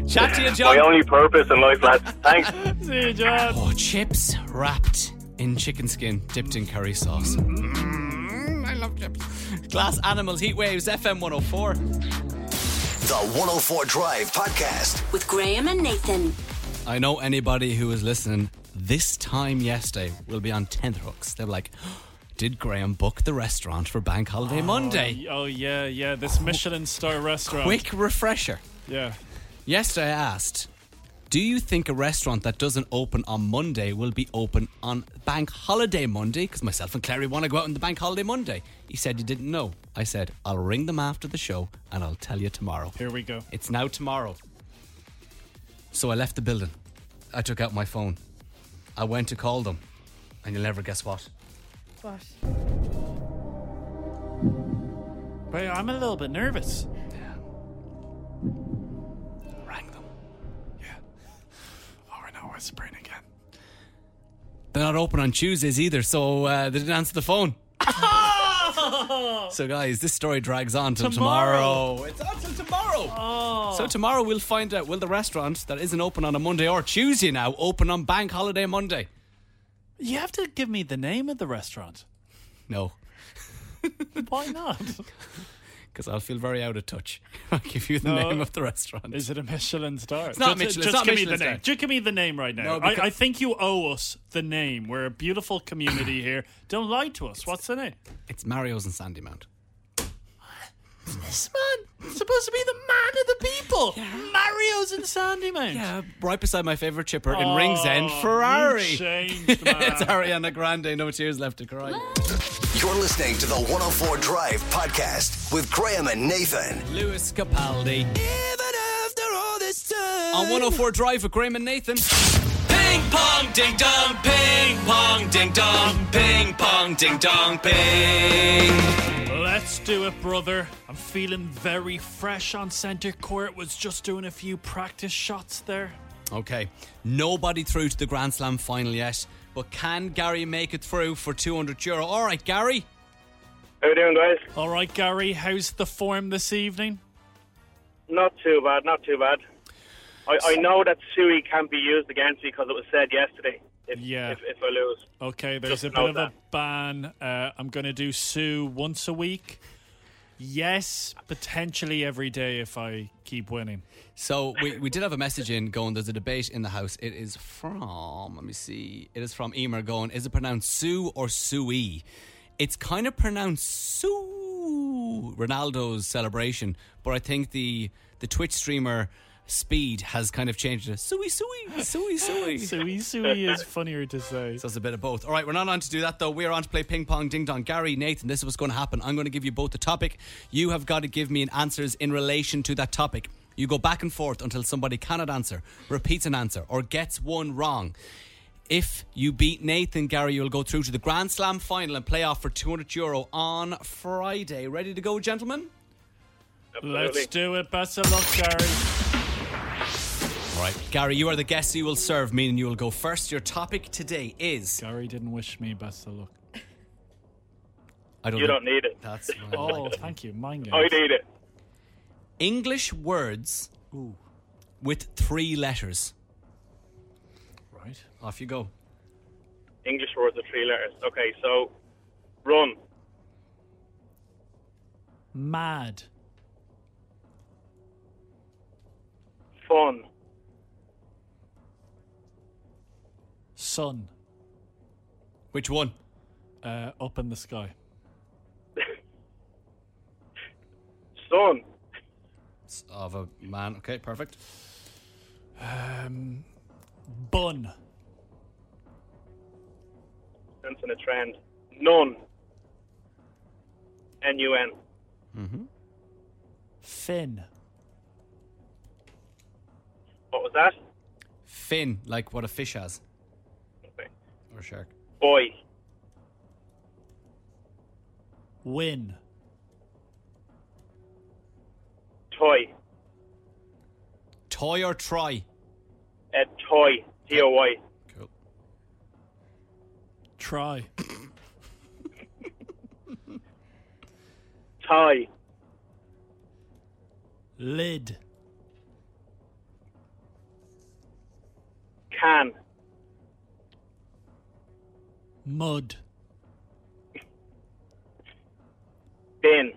Speaker 2: Chat to you, John.
Speaker 17: My only purpose in life, lads. Thanks.
Speaker 1: See you, John.
Speaker 2: Oh, chips wrapped in chicken skin, dipped in curry sauce. Mm, I love chips. Glass Animals, Heat Waves, FM 104.
Speaker 4: The 104 Drive Podcast.
Speaker 18: With Graham and Nathan.
Speaker 2: I know anybody who was listening this time yesterday will be on tenterhooks. They're like, *gasps* did Graham book the restaurant for Bank Holiday
Speaker 1: Oh,
Speaker 2: Monday?
Speaker 1: y- oh, yeah, yeah. This Michelin star restaurant.
Speaker 2: Quick refresher.
Speaker 1: Yeah.
Speaker 2: Yesterday I asked, do you think a restaurant that doesn't open on Monday will be open on Bank Holiday Monday? Because myself and Clary want to go out on the Bank Holiday Monday. He said you didn't know. I said, I'll ring them after the show and I'll tell you tomorrow.
Speaker 1: Here we go.
Speaker 2: It's now tomorrow. So I left the building. I took out my phone. I went to call them. And you'll never guess what.
Speaker 3: What?
Speaker 1: Wait, I'm a little bit nervous.
Speaker 2: Rang them.
Speaker 1: Yeah. Oh, no, it's Brain again.
Speaker 2: They're not open on Tuesdays either, so uh, they didn't answer the phone.
Speaker 1: Oh!
Speaker 2: So, guys, this story drags on till tomorrow. It's on till tomorrow.
Speaker 1: Oh.
Speaker 2: So tomorrow we'll find out will the restaurant that isn't open on a Monday or Tuesday now open on Bank Holiday Monday?
Speaker 1: you have to give me the name of the restaurant.
Speaker 2: No,
Speaker 1: Why
Speaker 2: *laughs*
Speaker 1: not?
Speaker 2: because I'll feel very out of touch. *laughs* if I give you the
Speaker 1: No.
Speaker 2: name of the restaurant.
Speaker 1: Is it a Michelin star?
Speaker 2: It's not
Speaker 1: just,
Speaker 2: Michelin,
Speaker 1: Just
Speaker 2: it's not
Speaker 1: give me
Speaker 2: Michelin
Speaker 1: the
Speaker 2: star.
Speaker 1: name. Just give me the name right
Speaker 2: No,
Speaker 1: now.
Speaker 2: because-
Speaker 1: I, I think you owe us the name. We're a beautiful community here. Don't lie to us. What's the name?
Speaker 2: It's Mario's and Sandy Mount.
Speaker 1: This man is supposed to be the man of the people. Mario's and Sandy Mount.
Speaker 2: Yeah, right beside my favorite chipper in
Speaker 1: Oh,
Speaker 2: Ringsend,
Speaker 1: you
Speaker 2: Ferrari. *laughs*
Speaker 1: changed, man.
Speaker 2: it's Ariana Grande. No tears left to cry.
Speaker 4: *laughs* You're listening to the 104 Drive Podcast with Graham and Nathan.
Speaker 2: Lewis Capaldi. Even after all this time. On 104 Drive with Graham and Nathan. Ping pong ding dong, ping pong ding dong, ping pong ding dong, ping.
Speaker 1: Let's do it, brother. I'm feeling very fresh on centre court. Was just doing a few practice shots there.
Speaker 2: Okay, nobody through to the Grand Slam final yet, but can Gary make it through for 200 euro? All right, Gary.
Speaker 1: How you doing, guys? All right, Gary. How's the form this evening?
Speaker 19: *laughs* Not too bad, not too bad. I, I know that Sui can't be used against me because it was said yesterday. If,
Speaker 1: Yeah.
Speaker 19: if, if I lose,
Speaker 1: Okay, there's
Speaker 19: Just
Speaker 1: a bit
Speaker 19: note
Speaker 1: of a ban. Uh, I'm going to do Sue once a week. Yes, potentially every day if I keep winning.
Speaker 2: So we, we did have a message in going, there's a debate in the house. It is from, let me see, it is from Emer going, is it pronounced Sue or Sui? It's kind of pronounced Sue, Ronaldo's celebration, but I think the, the Twitch streamer Speed has kind of changed it. Sui, Sui, Sui, Sui.
Speaker 1: Sui, Sui is
Speaker 2: *laughs*
Speaker 1: funnier to say.
Speaker 2: So it's a bit of both. All right, we're not on to do that though. We're on to play ping pong ding dong. Gary, Nathan, this is what's going to happen. I'm going to give you both the topic. You have got to give me an answers in relation to that topic. You go back and forth until somebody cannot answer, repeats an answer, or gets one wrong. If you beat Nathan, Gary, you'll go through to the Grand Slam final and play off for 200 euro on Friday. Ready to go, gentlemen?
Speaker 1: Let's do it. Best of luck, Gary.
Speaker 2: All right, Gary, you are the guest you will serve, meaning you will go first. Your topic today is.
Speaker 1: Gary didn't wish me best of luck.
Speaker 2: I don't
Speaker 19: you
Speaker 2: know.
Speaker 19: don't need it.
Speaker 2: That's
Speaker 1: Oh, thank you. Mind games.
Speaker 19: I need it.
Speaker 2: English words with three letters.
Speaker 1: Right.
Speaker 2: Off you go.
Speaker 19: English words are three letters. Okay, so run,
Speaker 1: Mad.
Speaker 19: fun,
Speaker 1: Sun.
Speaker 2: Which one?
Speaker 1: Uh, up in the sky.
Speaker 19: sun,
Speaker 2: Of a man. Okay, perfect.
Speaker 1: Um, bun.
Speaker 19: sensing a trend, none, N U N,
Speaker 2: Mm-hmm.
Speaker 1: Fin.
Speaker 19: What was that?
Speaker 2: Fin, like what a fish has. Or a shark.
Speaker 19: boy,
Speaker 1: Win.
Speaker 19: toy.
Speaker 2: Toy or try?
Speaker 19: A Eh, toy. T O Y.
Speaker 1: Try.
Speaker 19: Tie.
Speaker 1: Lid.
Speaker 19: Can.
Speaker 1: Mud.
Speaker 19: Bin.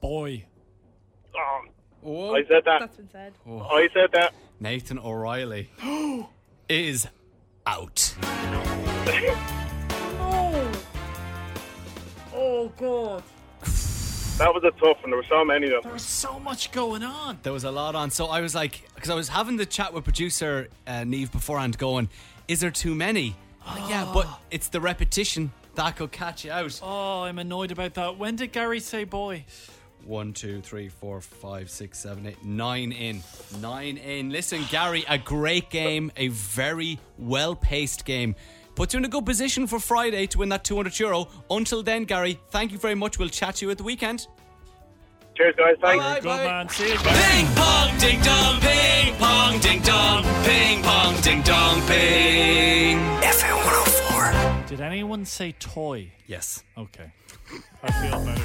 Speaker 1: Boy.
Speaker 19: Oh, I said that.
Speaker 3: That's been said.
Speaker 19: I said that.
Speaker 2: Nathan O'Reilly is out.
Speaker 3: Oh. Oh god.
Speaker 19: That was a tough one. There were so many of them.
Speaker 1: There's so much going on.
Speaker 2: There was a lot on. So I was like, because I was having the chat with producer uh, Neve beforehand, going, "Is there too many?" I'm like, yeah, but it's the repetition that could catch you out.
Speaker 1: Oh, I'm annoyed about that. When did Gary say boy?
Speaker 2: One, two, three, four, five, six, seven, eight, nine in. Nine in. Listen, Gary, a great game, a very well paced game. Puts you in a good position for Friday to win that 200 euro. Until then, Gary, thank you very much. We'll chat to you at the weekend.
Speaker 19: Cheers, guys. Thanks.
Speaker 2: Bye, bye.
Speaker 1: Ping
Speaker 2: pong, ding dong, ping pong, ding dong, ping pong, ding dong, ping.
Speaker 4: FM 104.
Speaker 1: Did anyone say toy?
Speaker 2: Yes.
Speaker 1: Okay. I feel better.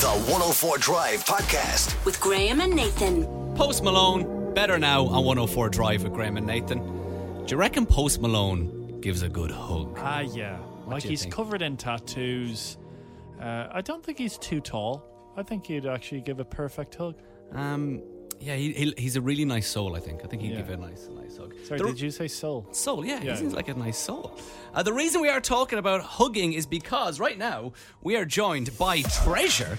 Speaker 4: The 104 Drive Podcast.
Speaker 18: With Graham and Nathan.
Speaker 2: Post Malone, better now on 104 Drive with Graham and Nathan. Do you reckon Post Malone gives a good hug?
Speaker 1: Ah, yeah. like
Speaker 2: do you
Speaker 1: he's
Speaker 2: think?
Speaker 1: covered in tattoos. Uh, I don't think he's too tall. I think he'd actually give a perfect hug.
Speaker 2: Um, yeah, he, he, he's a really nice soul. I think. I think he'd
Speaker 1: Yeah.
Speaker 2: give a nice, a nice hug.
Speaker 1: Sorry,
Speaker 2: The-
Speaker 1: did you say soul?
Speaker 2: Soul, yeah,
Speaker 1: Yeah.
Speaker 2: he seems like a nice soul. Uh, the reason we are talking about hugging is because right now we are joined by Treasure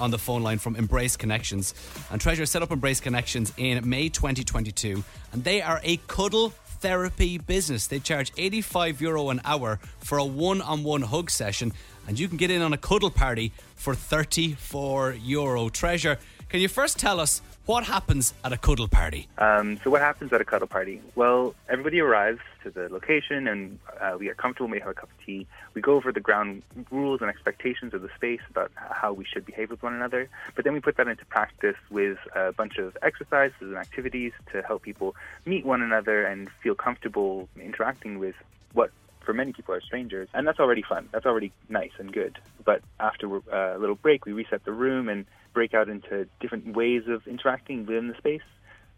Speaker 2: on the phone line from Embrace Connections. And Treasure set up Embrace Connections in May 2022, and they are a cuddle therapy business. They charge 85 euro an hour for a one on one hug session, and you can get in on a cuddle party for 34 euro. Treasure, can you first tell us what happens at a cuddle party?
Speaker 20: Um, so what happens at a cuddle party? Well, everybody arrives to the location and uh, we get comfortable. We have a cup of tea. We go over the ground rules and expectations of the space about how we should behave with one another. But then we put that into practice with a bunch of exercises and activities to help people meet one another and feel comfortable interacting with what for many people are strangers, and that's already fun. That's already nice and good. But after uh, a little break, we reset the room and break out into different ways of interacting within the space.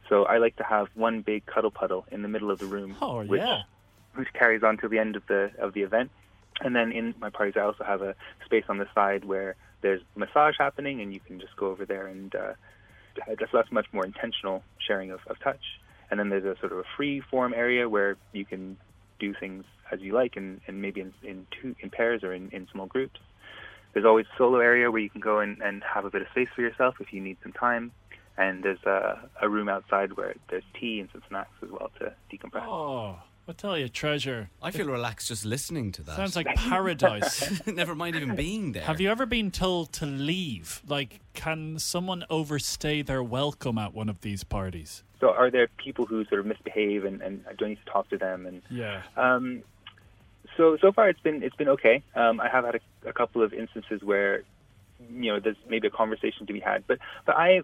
Speaker 20: So I like to have one big cuddle puddle in the middle of the room,
Speaker 1: Oh,
Speaker 20: which,
Speaker 1: yeah.
Speaker 20: which carries on to the end of the of the event. And then in my parties, I also have a space on the side where there's massage happening, and you can just go over there and uh, that's, that's much more intentional sharing of, of touch. And then there's a sort of a free form area where you can do things as you like, and, and maybe in, in two in pairs or in, in small groups. There's always a solo area where you can go and, and have a bit of space for yourself if you need some time. And there's a, a room outside where there's tea and some snacks as well to decompress.
Speaker 1: Oh, I tell you, treasure.
Speaker 2: I feel relaxed just listening to that.
Speaker 1: Sounds like paradise.
Speaker 2: *laughs* Never mind even being there.
Speaker 1: Have you ever been told to leave? Like, can someone overstay their welcome at one of these parties?
Speaker 20: So are there people who sort of misbehave and, and I don't need to talk to them and
Speaker 1: Yeah.
Speaker 20: Um, so so far it's been it's been okay. Um, I have had a, a couple of instances where you know there's maybe a conversation to be had, but but I.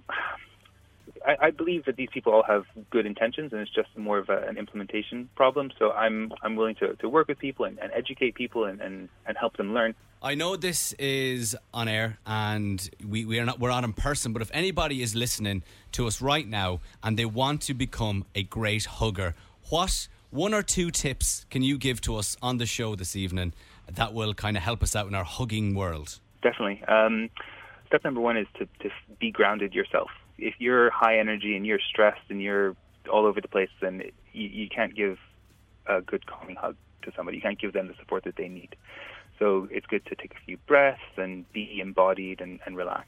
Speaker 20: I, I believe that these people all have good intentions, and it's just more of a, an implementation problem. So I'm I'm willing to, to work with people and, and educate people and, and, and help them learn.
Speaker 2: I know this is on air and we, we are not we're not in person, but if anybody is listening to us right now and they want to become a great hugger, what one or two tips can you give to us on the show this evening that will kind of help us out in our hugging world?
Speaker 20: Definitely. Um, step number one is to, to be grounded yourself. If you're high energy and you're stressed and you're all over the place, then it, you, you can't give a good calming hug to somebody. You can't give them the support that they need. So it's good to take a few breaths and be embodied and, and relax.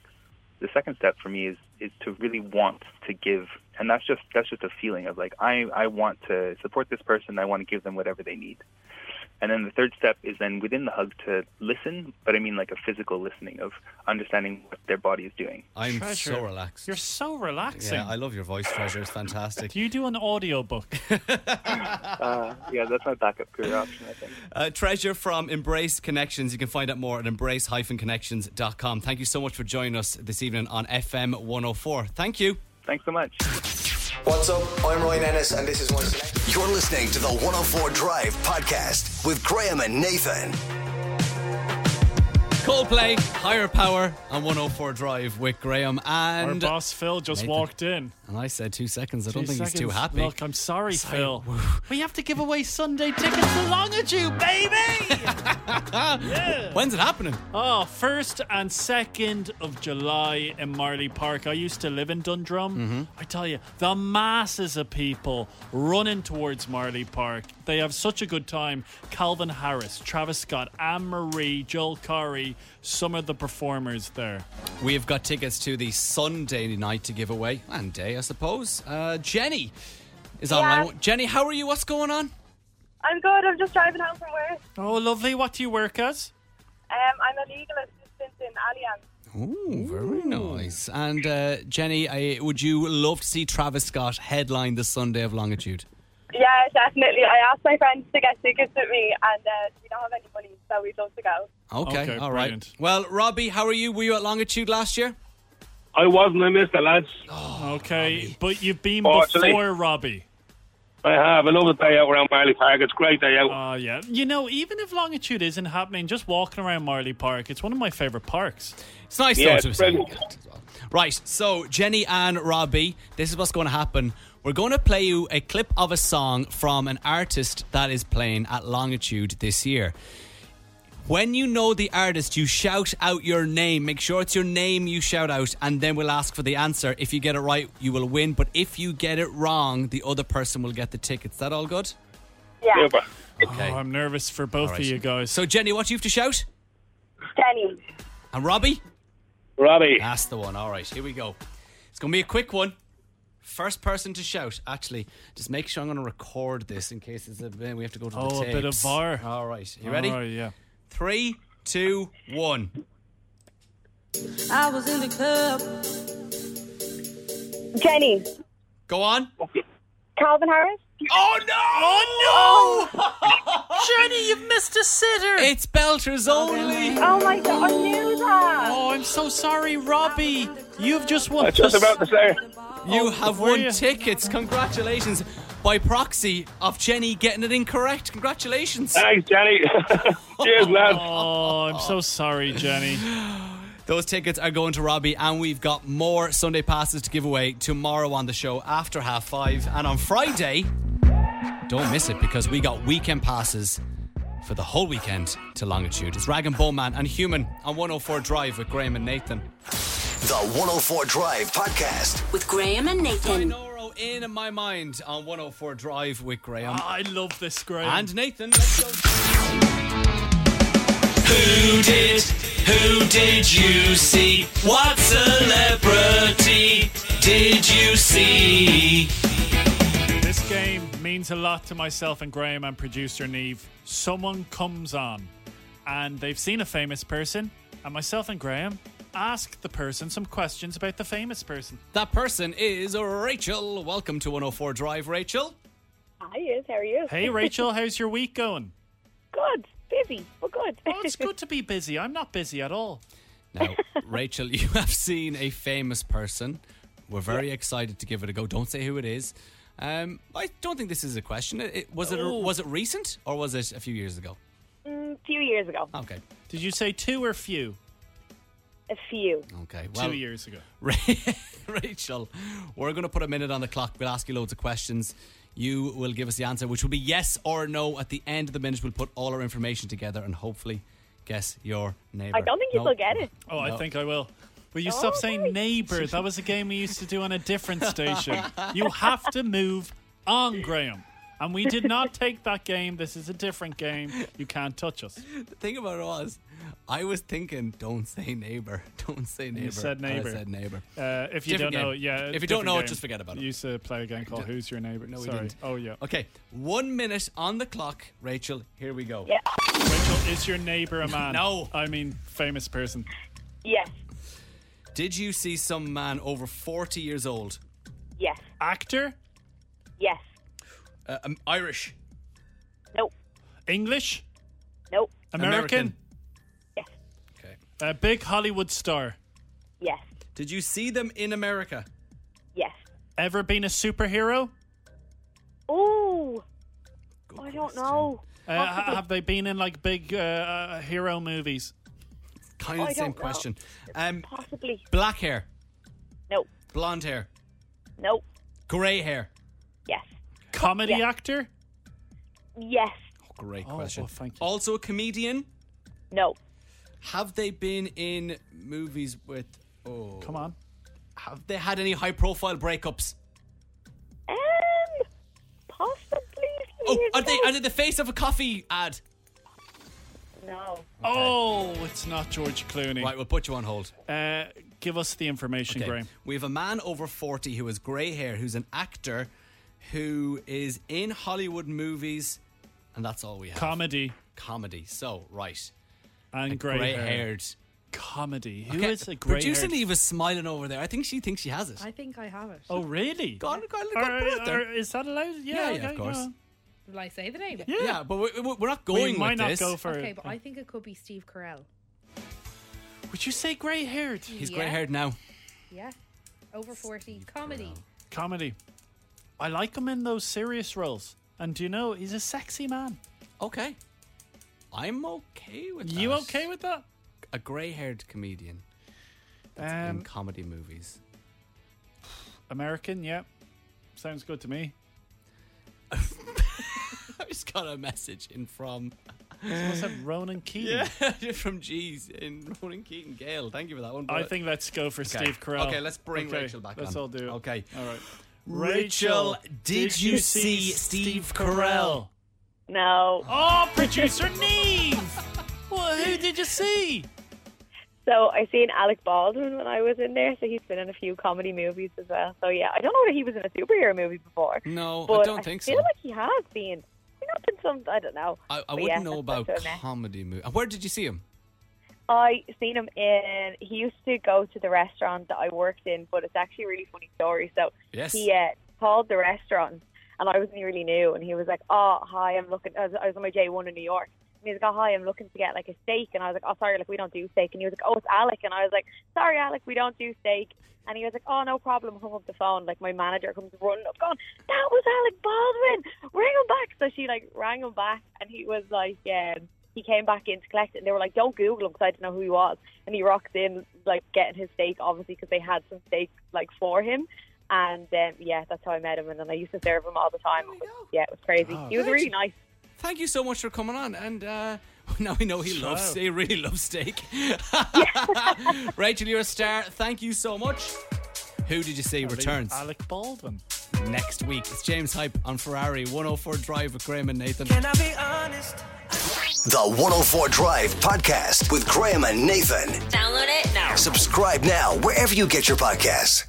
Speaker 20: The second step for me is is to really want to give and that's just that's just a feeling of like I I want to support this person. I want to give them whatever they need. And then the third step is then within the hug to listen, but I mean like a physical listening of understanding what their body is doing.
Speaker 2: I'm
Speaker 1: Treasure.
Speaker 2: so relaxed.
Speaker 1: You're so relaxing.
Speaker 2: Yeah, I love your voice, Treasure. It's fantastic.
Speaker 1: Do you do an audiobook?
Speaker 20: *laughs* Uh, yeah, that's my backup career option, I think.
Speaker 2: Uh, Treasure from Embrace Connections. You can find out more at embrace-connections.com. Thank you so much for joining us this evening on FM 104. Thank you.
Speaker 20: Thanks so much.
Speaker 4: What's up? I'm Ryan Ennis, and this is my selection. You're listening to the 104 Drive podcast with Graham and Nathan.
Speaker 2: Coldplay, Higher Power, and 104 Drive with Graham and.
Speaker 1: Our boss Phil just
Speaker 2: Nathan.
Speaker 1: walked in.
Speaker 2: And I said two seconds. I don't
Speaker 1: Two
Speaker 2: think he's too
Speaker 1: seconds.
Speaker 2: happy.
Speaker 1: Look, I'm sorry, Phil.
Speaker 2: *gasps* We have to give away Sunday
Speaker 1: tickets to Longitude, baby!
Speaker 2: Ah, When's it happening?
Speaker 1: Oh, first and second of July in Marley Park. I used to live in Dundrum.
Speaker 2: Mm-hmm.
Speaker 1: I tell you, the masses of people running towards Marley Park. They have such a good time. Calvin Harris, Travis Scott, Anne Marie, Joel Corey, some of the performers there.
Speaker 2: We have got tickets to the Sunday night to give away and day, I suppose. Uh, Jenny is online. Jenny, how are you? What's going on?
Speaker 11: I'm good. I'm just driving home from work.
Speaker 1: Oh, lovely. What do you work as?
Speaker 11: Um, I'm a legal assistant in Allianz.
Speaker 2: Ooh, very nice. And uh, Jenny, I, would you love to see Travis Scott headline the Sunday of Longitude?
Speaker 11: Yeah, definitely. I asked my friends to get tickets with me, and uh, we don't have any money, so we'd love to go.
Speaker 2: Okay,
Speaker 1: Okay,
Speaker 2: all right.
Speaker 1: brilliant.
Speaker 2: Well, Robbie, how are you? Were you at Longitude last year?
Speaker 19: I wasn't. I missed the lads.
Speaker 1: okay, but you've been
Speaker 19: Fortunately.
Speaker 1: before Robbie.
Speaker 19: I have. I love the day out around Marley Park. It's a great day out.
Speaker 1: Oh, yeah. You know, even if Longitude isn't happening, just walking around Marley Park, it's one of my favourite parks.
Speaker 2: It's nice though, to see. Right, so Jenny and Robbie, this is what's going to happen. We're going to play you a clip of a song from an artist that is playing at Longitude this year. When you know the artist, you shout out your name. Make sure it's your name you shout out, and then we'll ask for the answer. If you get it right, you will win. But if you get it wrong, the other person will get the tickets. Is that all good?
Speaker 19: Super.
Speaker 1: Oh, I'm nervous for both of you guys.
Speaker 2: So, Jenny, what do you have to shout?
Speaker 11: Jenny.
Speaker 2: And Robbie?
Speaker 19: Robbie.
Speaker 2: That's the one. All right, here we go. It's going to be a quick one. First person to shout. Actually, just make sure I'm going to record this in case it's a bit, we have to go to the
Speaker 1: Oh, a bit of
Speaker 2: tapes.
Speaker 1: VAR.
Speaker 2: All right, you ready?
Speaker 1: All right, yeah.
Speaker 2: Three, two, one.
Speaker 7: I was in the club.
Speaker 11: Jenny.
Speaker 2: Go on.
Speaker 11: Calvin Harris.
Speaker 2: Oh no! Oh
Speaker 1: no!
Speaker 2: *laughs*
Speaker 1: Jenny, you've missed a sitter.
Speaker 2: It's belters only.
Speaker 11: Oh my god, I knew that.
Speaker 1: Oh, I'm so sorry, Robbie. You've just won.
Speaker 19: I was just about to say.
Speaker 2: You
Speaker 1: Oh,
Speaker 2: have
Speaker 1: were
Speaker 2: won
Speaker 1: you?
Speaker 2: tickets. Congratulations. By proxy of Jenny getting it incorrect. Congratulations.
Speaker 19: Thanks, Jenny. *laughs* Cheers, lads.
Speaker 1: Oh, I'm so sorry, Jenny.
Speaker 2: Those tickets are going to Robbie, and we've got more Sunday passes to give away tomorrow on the show after half five. And on Friday, don't miss it because we got weekend passes for the whole weekend to Longitude. It's Rag and Bowman and Human on 104 Drive with Graham and Nathan.
Speaker 4: The 104 Drive podcast.
Speaker 18: With Graham and Nathan.
Speaker 2: Noro in my mind on 104 Drive with Graham
Speaker 1: Ah, I love this, Graham.
Speaker 2: and Nathan. Let's go.
Speaker 9: Who did? Who did you see? What celebrity did you see?
Speaker 1: This game means a lot to myself and Graham and producer Neve. Someone comes on and they've seen a famous person, and myself and Graham ask the person some questions about the famous person.
Speaker 2: That person is Rachel. Welcome to 104 Drive, Rachel.
Speaker 11: Hi, Iz. How are you?
Speaker 1: Hey, Rachel, how's your week going?
Speaker 11: Good. Busy, but good.
Speaker 1: Oh, it's
Speaker 11: *laughs*
Speaker 1: good to be busy. I'm not busy at all.
Speaker 2: Now, Rachel, you have seen a famous person. We're very excited to give it a go. Don't say who it is. Um, I don't think this is a question. It, it- was it
Speaker 1: Oh.
Speaker 2: was it recent or was it a few years ago?
Speaker 11: A Mm, few years ago.
Speaker 2: Okay,
Speaker 1: Did you say two or few?
Speaker 11: A few.
Speaker 2: okay. Well,
Speaker 1: two years ago.
Speaker 2: *laughs* Rachel, we're going to put a minute on the clock. We'll ask you loads of questions. You will give us the answer, which will be yes or no. At the end of the minute, we'll put all our information together and hopefully guess your neighbor.
Speaker 11: I don't think you'll get it.
Speaker 1: Oh, I
Speaker 2: No.
Speaker 1: think I will. Will you
Speaker 11: Oh,
Speaker 1: stop saying neighbour? That
Speaker 11: *laughs*
Speaker 1: was a game we used to do on a different station. you have to move on, Graham. And we did not take that game. This is a different game. You can't touch us.
Speaker 2: The thing about it was, I was thinking, don't say neighbor, *laughs* don't say neighbor.
Speaker 1: You said
Speaker 2: And
Speaker 1: neighbor.
Speaker 2: I said neighbor.
Speaker 1: Uh, if you
Speaker 2: Different
Speaker 1: don't know,
Speaker 2: game.
Speaker 1: yeah.
Speaker 2: If you
Speaker 1: different
Speaker 2: don't know it,
Speaker 1: game.
Speaker 2: just forget about it.
Speaker 1: You used to play a game called Who's Your Neighbor?
Speaker 2: No, we
Speaker 1: Sorry.
Speaker 2: didn't.
Speaker 1: Oh, yeah.
Speaker 2: Okay, one minute on the clock, Rachel. Here we go.
Speaker 1: Yeah. Rachel, is your neighbor a man?
Speaker 2: No.
Speaker 1: I mean, famous person.
Speaker 11: Yes.
Speaker 2: Did you see some man over 40 years old?
Speaker 11: Yes.
Speaker 1: Actor?
Speaker 11: Yes.
Speaker 2: Uh, um, Irish?
Speaker 11: Nope.
Speaker 1: English?
Speaker 11: Nope.
Speaker 1: American?
Speaker 2: Okay.
Speaker 1: A big Hollywood star?
Speaker 11: Yes.
Speaker 2: Did you see them in America?
Speaker 11: Yes.
Speaker 1: Ever been a superhero?
Speaker 11: Ooh. I don't know.
Speaker 1: Uh, ha- have they been in like big uh, uh, hero movies?
Speaker 2: Kind of
Speaker 11: I
Speaker 2: the same
Speaker 11: don't know.
Speaker 2: question. Um,
Speaker 11: Possibly.
Speaker 2: black hair?
Speaker 11: Nope.
Speaker 2: Blonde hair?
Speaker 11: Nope.
Speaker 2: Grey hair?
Speaker 11: Yes.
Speaker 1: Comedy actor?
Speaker 11: Yes.
Speaker 2: Oh, Great
Speaker 1: Oh,
Speaker 2: question. Also a comedian?
Speaker 11: No.
Speaker 2: Have they been in movies with oh Come
Speaker 1: on.
Speaker 2: Have they had any high profile breakups?
Speaker 11: Um possibly.
Speaker 2: Oh, are they are they the face of a coffee ad?
Speaker 11: No.
Speaker 1: Oh, it's not George Clooney.
Speaker 2: Right, we'll put you on hold.
Speaker 1: Uh, give us the information,
Speaker 2: Okay.
Speaker 1: Graham.
Speaker 2: We have a man over 40 who has grey hair, who's an actor, who is in Hollywood movies, and that's all we have.
Speaker 1: Comedy
Speaker 2: Comedy. So, right.
Speaker 1: and
Speaker 2: A
Speaker 1: grey
Speaker 2: grey-haired.
Speaker 1: Comedy. Who is
Speaker 2: Okay,
Speaker 1: a grey
Speaker 2: Producer
Speaker 1: haired?
Speaker 2: Eve is smiling over there. I think she thinks she has it.
Speaker 3: I think I have it.
Speaker 1: Oh, really?
Speaker 2: God, God, God,
Speaker 1: Are-
Speaker 2: put it there.
Speaker 1: are- is that allowed? Yeah,
Speaker 2: Yeah, yeah,
Speaker 1: okay,
Speaker 2: of course.
Speaker 1: go on.
Speaker 3: Will I say the name?
Speaker 2: Yeah, but we- we- we're not
Speaker 1: We
Speaker 2: going
Speaker 1: might
Speaker 2: with
Speaker 1: not
Speaker 2: this.
Speaker 1: go for-
Speaker 3: Okay, but I think it could be Steve Carell.
Speaker 1: Would you say grey haired?
Speaker 2: He's
Speaker 3: Yeah.
Speaker 2: grey haired now.
Speaker 3: Yeah. Over 40. Comedy.
Speaker 1: Comedy. I like him in those serious roles. And do you know, he's a sexy man.
Speaker 2: Okay. I'm okay with that.
Speaker 1: You okay with that?
Speaker 2: A grey haired comedian that's in
Speaker 1: Um,
Speaker 2: comedy movies.
Speaker 1: American, yeah. Sounds good to me.
Speaker 2: *laughs* I just got a message in from
Speaker 1: Someone said Ronan Keating.
Speaker 2: *laughs* Yeah, from G's in Ronan Keaton Gale. Thank you for that one.
Speaker 1: I
Speaker 2: but-
Speaker 1: think let's go for
Speaker 2: Okay.
Speaker 1: Steve Carell.
Speaker 2: Okay, let's bring
Speaker 1: Okay,
Speaker 2: Rachel back
Speaker 1: Let's
Speaker 2: on.
Speaker 1: all do it.
Speaker 2: Okay.
Speaker 1: All right.
Speaker 2: Rachel, did, you see Steve Carell?
Speaker 11: No.
Speaker 1: Oh, producer Neve! well, who did you see?
Speaker 11: So I seen Alec Baldwin when I was in there, so he's been in a few comedy movies as well. So yeah, I don't know whether he was in a superhero movie before.
Speaker 2: No, Oh, I
Speaker 11: but
Speaker 2: don't think so.
Speaker 11: feel like he has been. He not been some I don't know.
Speaker 2: I, I
Speaker 11: But
Speaker 2: wouldn't
Speaker 11: yeah,
Speaker 2: know
Speaker 11: that's
Speaker 2: about
Speaker 11: what I meant.
Speaker 2: comedy movies. Where did you see him?
Speaker 11: I seen him in. He used to go to the restaurant that I worked in, but it's actually a really funny story. So
Speaker 2: Yes.
Speaker 11: he uh, called the restaurant, and I was nearly new, and he was like, "Oh, hi, I'm looking." I was, I was on my J one in New York, and he was like, "Oh, hi, I'm looking to get like a steak," and I was like, "Oh, sorry, like we don't do steak," and he was like, "Oh, it's Alec," and I was like, "Sorry, Alec, we don't do steak." And he was like, "Oh, no problem." Hung up the phone. Like my manager comes running up, going, "That was Alec Baldwin. Ring him back." So she like rang him back, and he was like, um, he came back in to collect it, and they were like, "Don't Google him because I didn't know who he was." And he rocks in, like getting his steak, obviously because they had some steak like for him. And um, yeah, that's how I met him, and then I used to serve him all the time. It was- yeah, it was crazy.
Speaker 2: Oh,
Speaker 11: he was
Speaker 2: great.
Speaker 11: really nice.
Speaker 2: Thank you so much for coming on. And uh, *laughs* now we know he
Speaker 1: Wow.
Speaker 2: loves, he really loves steak. *laughs* Rachel, you're a star. Thank you so much. Who did you see returns
Speaker 1: Alec Baldwin.
Speaker 2: next week? It's James Hype on Ferrari 104 Drive with Graham and Nathan.
Speaker 9: Can I be honest?
Speaker 4: The 104 Drive Podcast with Graham and Nathan.
Speaker 18: Download it now.
Speaker 4: Subscribe now wherever you get your podcasts.